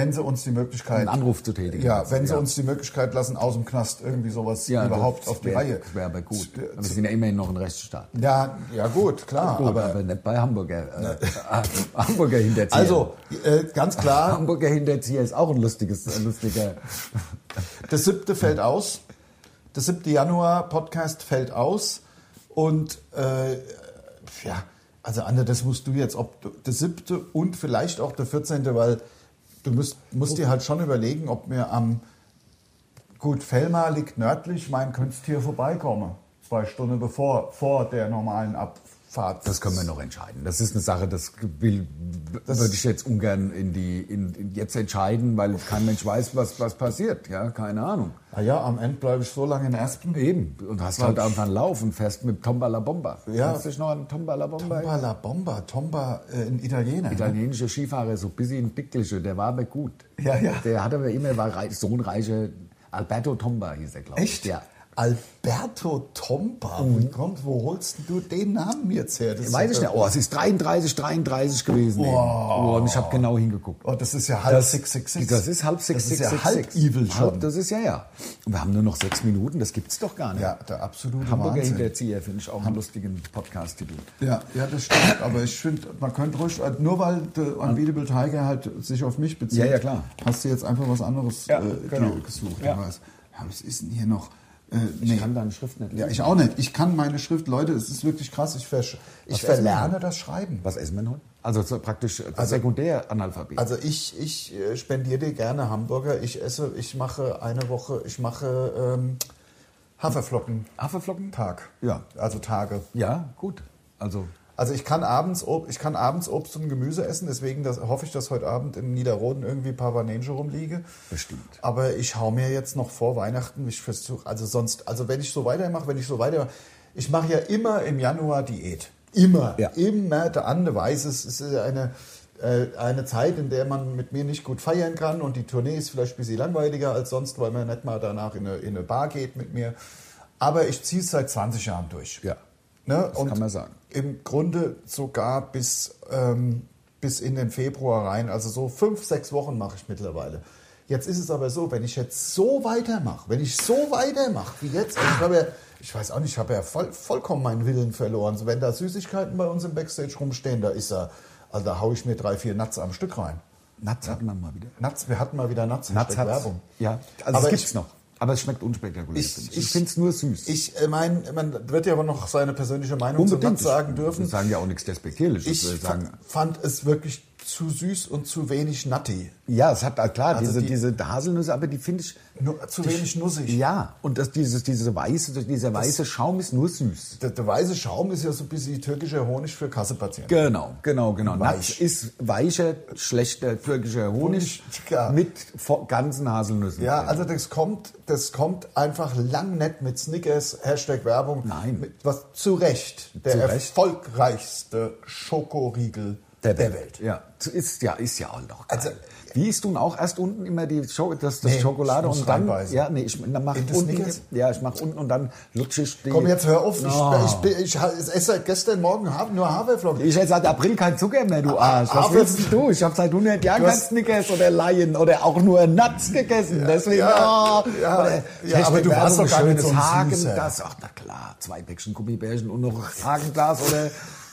Speaker 2: wenn sie uns die Möglichkeit...
Speaker 3: einen Anruf zu tätigen.
Speaker 2: Ja, wenn sie
Speaker 3: Ja.
Speaker 2: uns die Möglichkeit lassen, aus dem Knast irgendwie sowas
Speaker 3: Ja,
Speaker 2: überhaupt
Speaker 3: das
Speaker 2: auf die
Speaker 3: wär-
Speaker 2: Reihe.
Speaker 3: Wäre aber gut.
Speaker 2: zu-
Speaker 3: Aber wir sind ja immerhin noch ein Rechtsstaat.
Speaker 2: Ja, ja gut, klar.
Speaker 3: Gut, aber,
Speaker 2: aber
Speaker 3: nicht bei Hamburger. Äh, Hamburger Hinterzieher.
Speaker 2: also, äh, ganz klar,
Speaker 3: Hamburger Hinterzieher ist auch ein lustiges, äh, lustiger.
Speaker 2: das siebte fällt aus. Das siebte Januar-Podcast fällt aus. Und äh, ja, also Anne, das musst du jetzt, ob du- das siebte und vielleicht auch der 14., weil du musst, musst dir halt schon überlegen, ob mir am, gut, Fellmar liegt nördlich, mein könntest hier vorbeikomme. Zwei Stunden bevor, vor der normalen Abfahrt.
Speaker 3: Das können wir noch entscheiden. Das ist eine Sache, das will, würde ich jetzt ungern in die, in, in jetzt entscheiden, weil kein Mensch weiß, was, was passiert. Ja, keine Ahnung.
Speaker 2: Ah ja, am Ende bleibe ich so lange in Aspen.
Speaker 3: Eben. Und hast halt einfach einen Lauf und fährst mit Tombala Bomba.
Speaker 2: Ja.
Speaker 3: Kannst du dich noch an Tombala Bomba?
Speaker 2: Tomba la Bomba, Tomba, äh, ein Italiener.
Speaker 3: italienischer Skifahrer, so ein bisschen dicklicher, der war aber gut.
Speaker 2: Ja, ja.
Speaker 3: Der hatte aber immer, war reich, so ein reicher, Alberto Tomba hieß er, glaube ich.
Speaker 2: Echt?
Speaker 3: Ja.
Speaker 2: Alberto Tomba. Wo, kommt, wo holst denn du den Namen jetzt her? Das ist
Speaker 3: Weiß
Speaker 2: ja-
Speaker 3: ich nicht. Oh, es ist 33, 33 gewesen. eben. Oh, und ich habe genau hingeguckt.
Speaker 2: Oh, das ist ja halb 666.
Speaker 3: Das ist halb 666.
Speaker 2: Das ist ja halb evil schon.
Speaker 3: Halb, das ist ja, ja. Und wir haben nur noch sechs Minuten, das gibt's doch gar nicht.
Speaker 2: ja, der absolute
Speaker 3: Hamburger
Speaker 2: Wahnsinn.
Speaker 3: Hinterzieher finde ich auch einen lustigen Podcast-Titel.
Speaker 2: Ja, ja, das stimmt. Aber ich finde, man könnte ruhig, äh, nur weil der Unbeatable Tiger halt sich auf mich bezieht,
Speaker 3: Ja, ja, klar.
Speaker 2: hast du jetzt einfach was anderes
Speaker 3: Ja,
Speaker 2: äh,
Speaker 3: genau.
Speaker 2: dir gesucht.
Speaker 3: Ja.
Speaker 2: Ja. Was, ja, was ist denn hier noch? Äh,
Speaker 3: Ich
Speaker 2: nee.
Speaker 3: kann deine Schrift nicht
Speaker 2: Ja,
Speaker 3: lesen.
Speaker 2: ich auch nicht. Ich kann meine Schrift, Leute, es ist wirklich krass. Ich, versch ich
Speaker 3: essen wir
Speaker 2: verlerne das Schreiben.
Speaker 3: Was essen wir denn heute? Also so praktisch also, Sekundäranalphabet.
Speaker 2: Also ich, ich äh, spendiere dir gerne Hamburger. Ich esse, ich mache eine Woche, ich mache ähm, Haferflocken.
Speaker 3: Haferflocken?
Speaker 2: Tag.
Speaker 3: Ja.
Speaker 2: Also Tage.
Speaker 3: Ja, gut. Also
Speaker 2: Also ich kann abends Ob ich kann abends Obst und Gemüse essen, deswegen das, hoffe ich, dass heute Abend im Niederroden irgendwie Pavanenche rumliege.
Speaker 3: Bestimmt.
Speaker 2: Aber ich hau mir jetzt noch vor Weihnachten, ich versuche, also sonst, also wenn ich so weitermache, wenn ich so weitermache, ich mache ja immer im Januar Diät. Immer.
Speaker 3: Ja.
Speaker 2: Immer. Der andere weiß es, es ist eine, äh, eine Zeit, in der man mit mir nicht gut feiern kann und die Tournee ist vielleicht ein bisschen langweiliger als sonst, weil man nicht mal danach in eine, in eine Bar geht mit mir. Aber ich ziehe es seit 20 Jahren durch.
Speaker 3: Ja.
Speaker 2: Ne? Das
Speaker 3: kann man sagen.
Speaker 2: Im Grunde sogar bis, ähm, bis in den Februar rein. Also so fünf, sechs Wochen mache ich mittlerweile. Jetzt ist es aber so, wenn ich jetzt so weitermache, wenn ich so weitermache wie jetzt, also ich habe ja, ich weiß auch nicht, ich habe ja voll, vollkommen meinen Willen verloren. So, wenn da Süßigkeiten bei uns im Backstage rumstehen, da ist er, also da haue ich mir drei, vier Nuts am Stück rein.
Speaker 3: Nuts hatten wir mal wieder.
Speaker 2: Nuts, wir hatten mal wieder Nuts.
Speaker 3: Nuts
Speaker 2: Hashtag
Speaker 3: hat's.
Speaker 2: Werbung.
Speaker 3: Ja, also
Speaker 2: Aber
Speaker 3: es gibt's
Speaker 2: ich-
Speaker 3: noch. Aber es schmeckt unspektakulär.
Speaker 2: Ich-
Speaker 3: finde
Speaker 2: ich-
Speaker 3: ich finde es nur süß.
Speaker 2: Ich äh, meine, man wird ja aber noch seine persönliche Meinung zu Nuts sagen dürfen.
Speaker 3: Wir sagen ja auch nichts Despektierliches.
Speaker 2: Ich
Speaker 3: wir sagen,
Speaker 2: fa- fand es wirklich zu süß und zu wenig nutty.
Speaker 3: ja, es hat, äh, klar,
Speaker 2: Also
Speaker 3: diese,
Speaker 2: die-
Speaker 3: diese Haselnüsse, aber die finde ich,
Speaker 2: Nur, zu wenig nussig.
Speaker 3: ja, und das, dieses, diese weiße, dieser weiße Schaum ist nur süß.
Speaker 2: Der, der weiße Schaum ist ja so ein bisschen türkischer Honig für Kassepatienten.
Speaker 3: Genau, genau, genau. Nuts
Speaker 2: Weich.
Speaker 3: ist weicher, schlechter türkischer Honig
Speaker 2: Ja.
Speaker 3: mit vo- ganzen Haselnüssen.
Speaker 2: Ja, also das kommt, das kommt einfach lang nett mit Snickers, Hashtag Werbung.
Speaker 3: Nein.
Speaker 2: Mit, was zu Recht der
Speaker 3: Zu Recht.
Speaker 2: erfolgreichste Schokoriegel der, Welt.
Speaker 3: Ja, ist ja, ist ja auch noch geil.
Speaker 2: Also-
Speaker 3: wie isst du denn auch erst unten immer die Scho das, das
Speaker 2: Nee,
Speaker 3: Schokolade
Speaker 2: ich muss
Speaker 3: und dann
Speaker 2: reinbeißen.
Speaker 3: ja nee ich dann mach
Speaker 2: In das
Speaker 3: unten
Speaker 2: Snickers?
Speaker 3: ja ich mach unten und dann lutsche ich die
Speaker 2: Komm, jetzt hör auf. Ich,
Speaker 3: Oh.
Speaker 2: ich, bin- ich, ich esse seit gestern Morgen Ha- nur Haferflocken.
Speaker 3: Ich hätte seit April kein Zucker mehr, du Arsch. Was
Speaker 2: aber-
Speaker 3: willst du? Ich habe seit 100 Jahren
Speaker 2: Du
Speaker 3: kein
Speaker 2: hast-
Speaker 3: Snickers oder Lion oder auch nur Nuts gegessen. Deswegen,
Speaker 2: ja,
Speaker 3: oh,
Speaker 2: ja,
Speaker 3: oder
Speaker 2: ja,
Speaker 3: Hashtag
Speaker 2: aber du
Speaker 3: Werbung,
Speaker 2: warst doch gar
Speaker 3: schönes
Speaker 2: nicht so ein
Speaker 3: Hagen,
Speaker 2: Süßer.
Speaker 3: das. Ach, na klar, zwei Päckchen Gummibärchen und noch Hagenglas oder,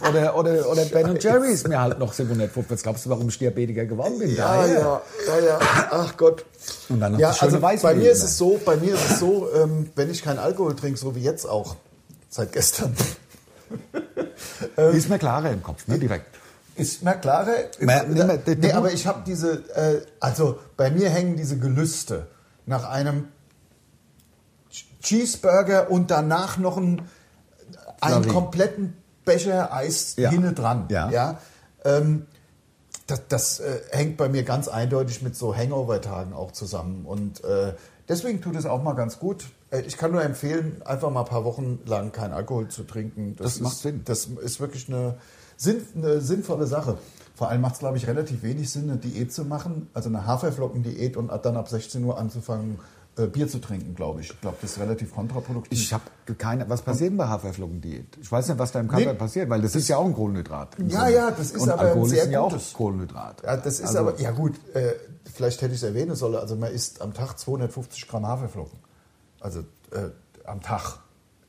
Speaker 3: oder, oder, oder Ben und Jerry's mir halt noch 750. Was glaubst du, warum ich Diabetiker geworden bin?
Speaker 2: Ja,
Speaker 3: Daher.
Speaker 2: ja, ja, ja. Ach Gott.
Speaker 3: Und dann noch
Speaker 2: ja,
Speaker 3: das schöne
Speaker 2: also
Speaker 3: Weißbier
Speaker 2: bei mir ist
Speaker 3: hinein.
Speaker 2: es so, bei mir ist es so, ähm, wenn ich keinen Alkohol trinke, so wie jetzt auch, seit gestern, Ähm.
Speaker 3: Ist mir klarer im Kopf, ne? direkt.
Speaker 2: ist mir klarer.
Speaker 3: Ma-
Speaker 2: nee,
Speaker 3: nee, nee, nee,
Speaker 2: aber ich habe diese, äh, also bei mir hängen diese Gelüste nach einem Ch- Cheeseburger und danach noch einen, einen
Speaker 3: Flurry.
Speaker 2: kompletten Becher Eis
Speaker 3: Ja.
Speaker 2: hinne dran.
Speaker 3: Ja.
Speaker 2: ja? Ähm, das, das äh, hängt bei mir ganz eindeutig mit so Hangover-Tagen auch zusammen. Und äh, deswegen tut es auch mal ganz gut. Äh, ich kann nur empfehlen, einfach mal ein paar Wochen lang keinen Alkohol zu trinken.
Speaker 3: Das macht
Speaker 2: ist,
Speaker 3: Sinn.
Speaker 2: Das ist wirklich eine, sinn, eine sinnvolle Sache. Vor allem macht es, glaube ich, relativ wenig Sinn, eine Diät zu machen, also eine Haferflockendiät und ab- dann ab 16 Uhr anzufangen, äh, Bier zu trinken, glaube ich. Ich glaube, das ist relativ kontraproduktiv.
Speaker 3: Ich habe keine. Was passiert denn bei Haferflockendiät? Ich weiß nicht, was da im Körper
Speaker 2: Nee.
Speaker 3: passiert, weil das ist ja auch ein Kohlenhydrat. im
Speaker 2: Ja,
Speaker 3: Grunde.
Speaker 2: ja, das ist
Speaker 3: Und
Speaker 2: aber ein
Speaker 3: Alkohol
Speaker 2: sehr
Speaker 3: ist ja auch
Speaker 2: gutes.
Speaker 3: Kohlenhydrat.
Speaker 2: ja, das ist
Speaker 3: Also,
Speaker 2: aber, ja gut, äh, vielleicht hätte ich es erwähnen sollen, also man isst am Tag 250 Gramm Haferflocken. Also äh, am Tag.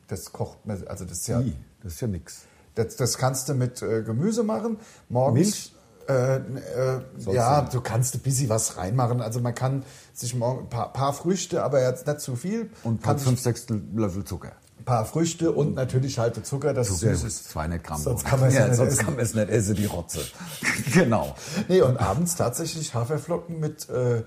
Speaker 2: Das kocht man, also das ist ja,
Speaker 3: I, das ist ja nix.
Speaker 2: das, das kannst du mit äh, Gemüse machen. Morgens,
Speaker 3: Milch?
Speaker 2: Äh, n- äh, ja, du kannst ein bisschen was reinmachen. Also man kann sich morgen ein paar, paar Früchte, aber jetzt nicht zu viel.
Speaker 3: Und
Speaker 2: kann
Speaker 3: hat
Speaker 2: sich
Speaker 3: fünf Sechstel Löffel Zucker.
Speaker 2: ein paar Früchte und natürlich halt Zucker, das
Speaker 3: Zucker
Speaker 2: süß
Speaker 3: ist 200 Gramm.
Speaker 2: Sonst kann man es
Speaker 3: ja,
Speaker 2: ja nicht
Speaker 3: sonst
Speaker 2: essen.
Speaker 3: kann man es nicht essen, die Rotze. genau.
Speaker 2: Nee, und abends tatsächlich Haferflocken mit, äh,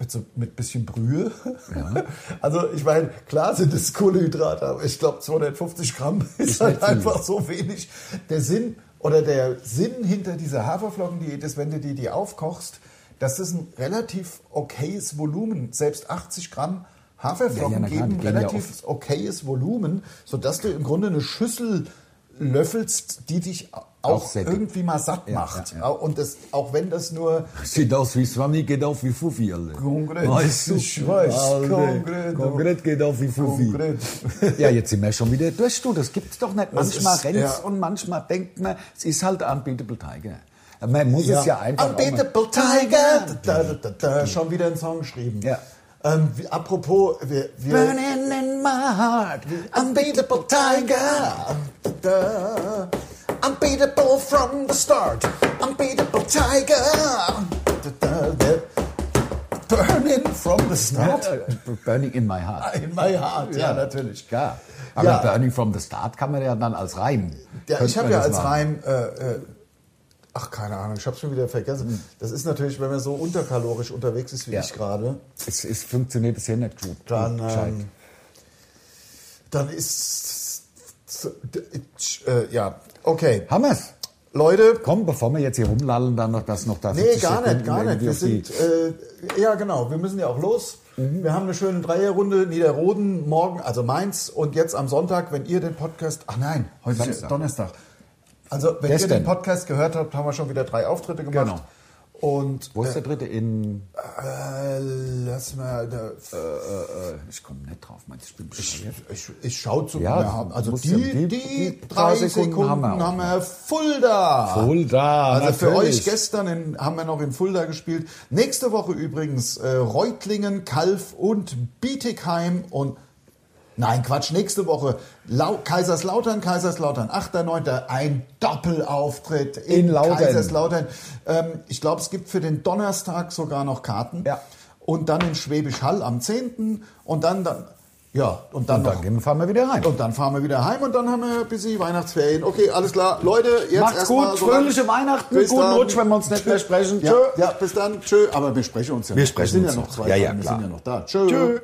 Speaker 2: mit so mit bisschen Brühe. Also ich meine, klar sind es Kohlenhydrate, aber ich glaube 250 Gramm ist halt einfach so wenig. Der Sinn oder der Sinn hinter dieser Haferflockendiät ist, wenn du die, die aufkochst, dass das ein relativ okayes Volumen, selbst 80 Gramm Haferflocken
Speaker 3: Ja, ja, na klar,
Speaker 2: geben,
Speaker 3: die gehen ja
Speaker 2: relativ okayes Volumen, sodass du im Grunde eine Schüssel löffelst, die dich auch,
Speaker 3: sättigt.
Speaker 2: irgendwie mal satt macht.
Speaker 3: ja, ja.
Speaker 2: Au- Und das, auch wenn das nur
Speaker 3: Sieht aus wie Swami, geht auf wie Fuffi, Alter.
Speaker 2: Konkret.
Speaker 3: Weißt du?
Speaker 2: Ich weiß,
Speaker 3: Alter,
Speaker 2: konkret.
Speaker 3: Konkret geht auf wie Fuffi.
Speaker 2: Konkret.
Speaker 3: Ja, jetzt sind wir schon wieder durch, du. Das gibt's doch nicht.
Speaker 2: Das
Speaker 3: Manchmal
Speaker 2: ist-
Speaker 3: rennt's
Speaker 2: ja.
Speaker 3: und manchmal denkt man, es ist halt Unbeatable Tiger. Man muss es ja einfach. auch mal-
Speaker 2: Unbeatable Tiger, da, da, da, da, schon wieder einen Song geschrieben.
Speaker 3: Mhm. Ja.
Speaker 2: Ähm, wie, apropos, wir, wir
Speaker 3: Burning in my heart.
Speaker 2: Unbeatable Tiger, da, unbeatable from the start, unbeatable Tiger, da, da, da, burning from the das Start?
Speaker 3: Äh, Burning in my heart.
Speaker 2: In my heart, ja, natürlich.
Speaker 3: Klar. Aber
Speaker 2: Ja.
Speaker 3: Burning from the Start kann man ja dann als Reim.
Speaker 2: Ja,
Speaker 3: Könnte
Speaker 2: ich habe
Speaker 3: man
Speaker 2: ja
Speaker 3: das
Speaker 2: als
Speaker 3: machen.
Speaker 2: Reim, äh, äh, ach keine Ahnung, ich habe schon wieder vergessen. Das ist natürlich, wenn man so unterkalorisch unterwegs ist wie
Speaker 3: Hm. Ja.
Speaker 2: ich gerade,
Speaker 3: Es, es funktioniert das hier nicht gut.
Speaker 2: dann,
Speaker 3: Gut, gescheit.
Speaker 2: ähm, dann ist äh, ja okay,
Speaker 3: Haben wir's?
Speaker 2: Leute.
Speaker 3: Komm, bevor wir jetzt hier rumlallen, dann noch das noch da.
Speaker 2: Nee,
Speaker 3: 40
Speaker 2: gar nicht,
Speaker 3: Sekunden
Speaker 2: gar nicht.
Speaker 3: irgendwie
Speaker 2: Wir
Speaker 3: auf die-
Speaker 2: sind, äh, ja genau, wir müssen ja auch los.
Speaker 3: Mhm.
Speaker 2: Wir haben eine schöne Dreierrunde, Niederroden, morgen, also Mainz und jetzt am Sonntag, wenn ihr den Podcast, ach nein, heute ist
Speaker 3: Samstag.
Speaker 2: Donnerstag. Also wenn
Speaker 3: Gestern.
Speaker 2: ihr den Podcast gehört habt, haben wir schon wieder drei Auftritte gemacht. Genau. Und
Speaker 3: Wo ist der dritte? In. äh,
Speaker 2: äh, lass mal, da,
Speaker 3: Ich komme nicht drauf, Mann. Ich bin bescheuert.
Speaker 2: ich, ich schau zu,
Speaker 3: Ja,
Speaker 2: wir haben, also
Speaker 3: muss
Speaker 2: die,
Speaker 3: ja-
Speaker 2: die,
Speaker 3: die- die
Speaker 2: drei Sekunden, haben wir,
Speaker 3: auch
Speaker 2: full da.
Speaker 3: Hol da.
Speaker 2: Also für
Speaker 3: natürlich.
Speaker 2: euch gestern in, haben wir noch in Fulda gespielt. Nächste Woche übrigens äh, Reutlingen, Kalf und Bietigheim und nein, Quatsch, nächste Woche Lau Kaiserslautern, Kaiserslautern, 8.9. ein Doppelauftritt in,
Speaker 3: In Lautern.
Speaker 2: Kaiserslautern. Ähm, ich glaube, es gibt für den Donnerstag sogar noch Karten.
Speaker 3: Ja.
Speaker 2: Und dann in Schwäbisch Hall am 10. und dann, dann ja, und dann,
Speaker 3: Und dann
Speaker 2: noch
Speaker 3: gehen- fahren wir wieder rein.
Speaker 2: und dann fahren wir wieder heim und dann haben wir ein bisschen Weihnachtsferien. Okay, alles klar. Leute, jetzt
Speaker 3: Macht's
Speaker 2: erstmal
Speaker 3: gut,
Speaker 2: so
Speaker 3: fröhliche
Speaker 2: lang-
Speaker 3: Weihnachten,
Speaker 2: Bis
Speaker 3: guten
Speaker 2: dann.
Speaker 3: Rutsch, wenn wir uns nicht mehr sprechen.
Speaker 2: Ja,
Speaker 3: Tschö.
Speaker 2: ja, bis dann. Tschö. Aber wir sprechen uns ja
Speaker 3: Wir
Speaker 2: noch.
Speaker 3: sprechen
Speaker 2: wir sind
Speaker 3: uns
Speaker 2: ja noch
Speaker 3: noch.
Speaker 2: zwei.
Speaker 3: Ja, ja,
Speaker 2: Tage. wir
Speaker 3: klar.
Speaker 2: sind ja noch da. Tschö.
Speaker 3: Tschö.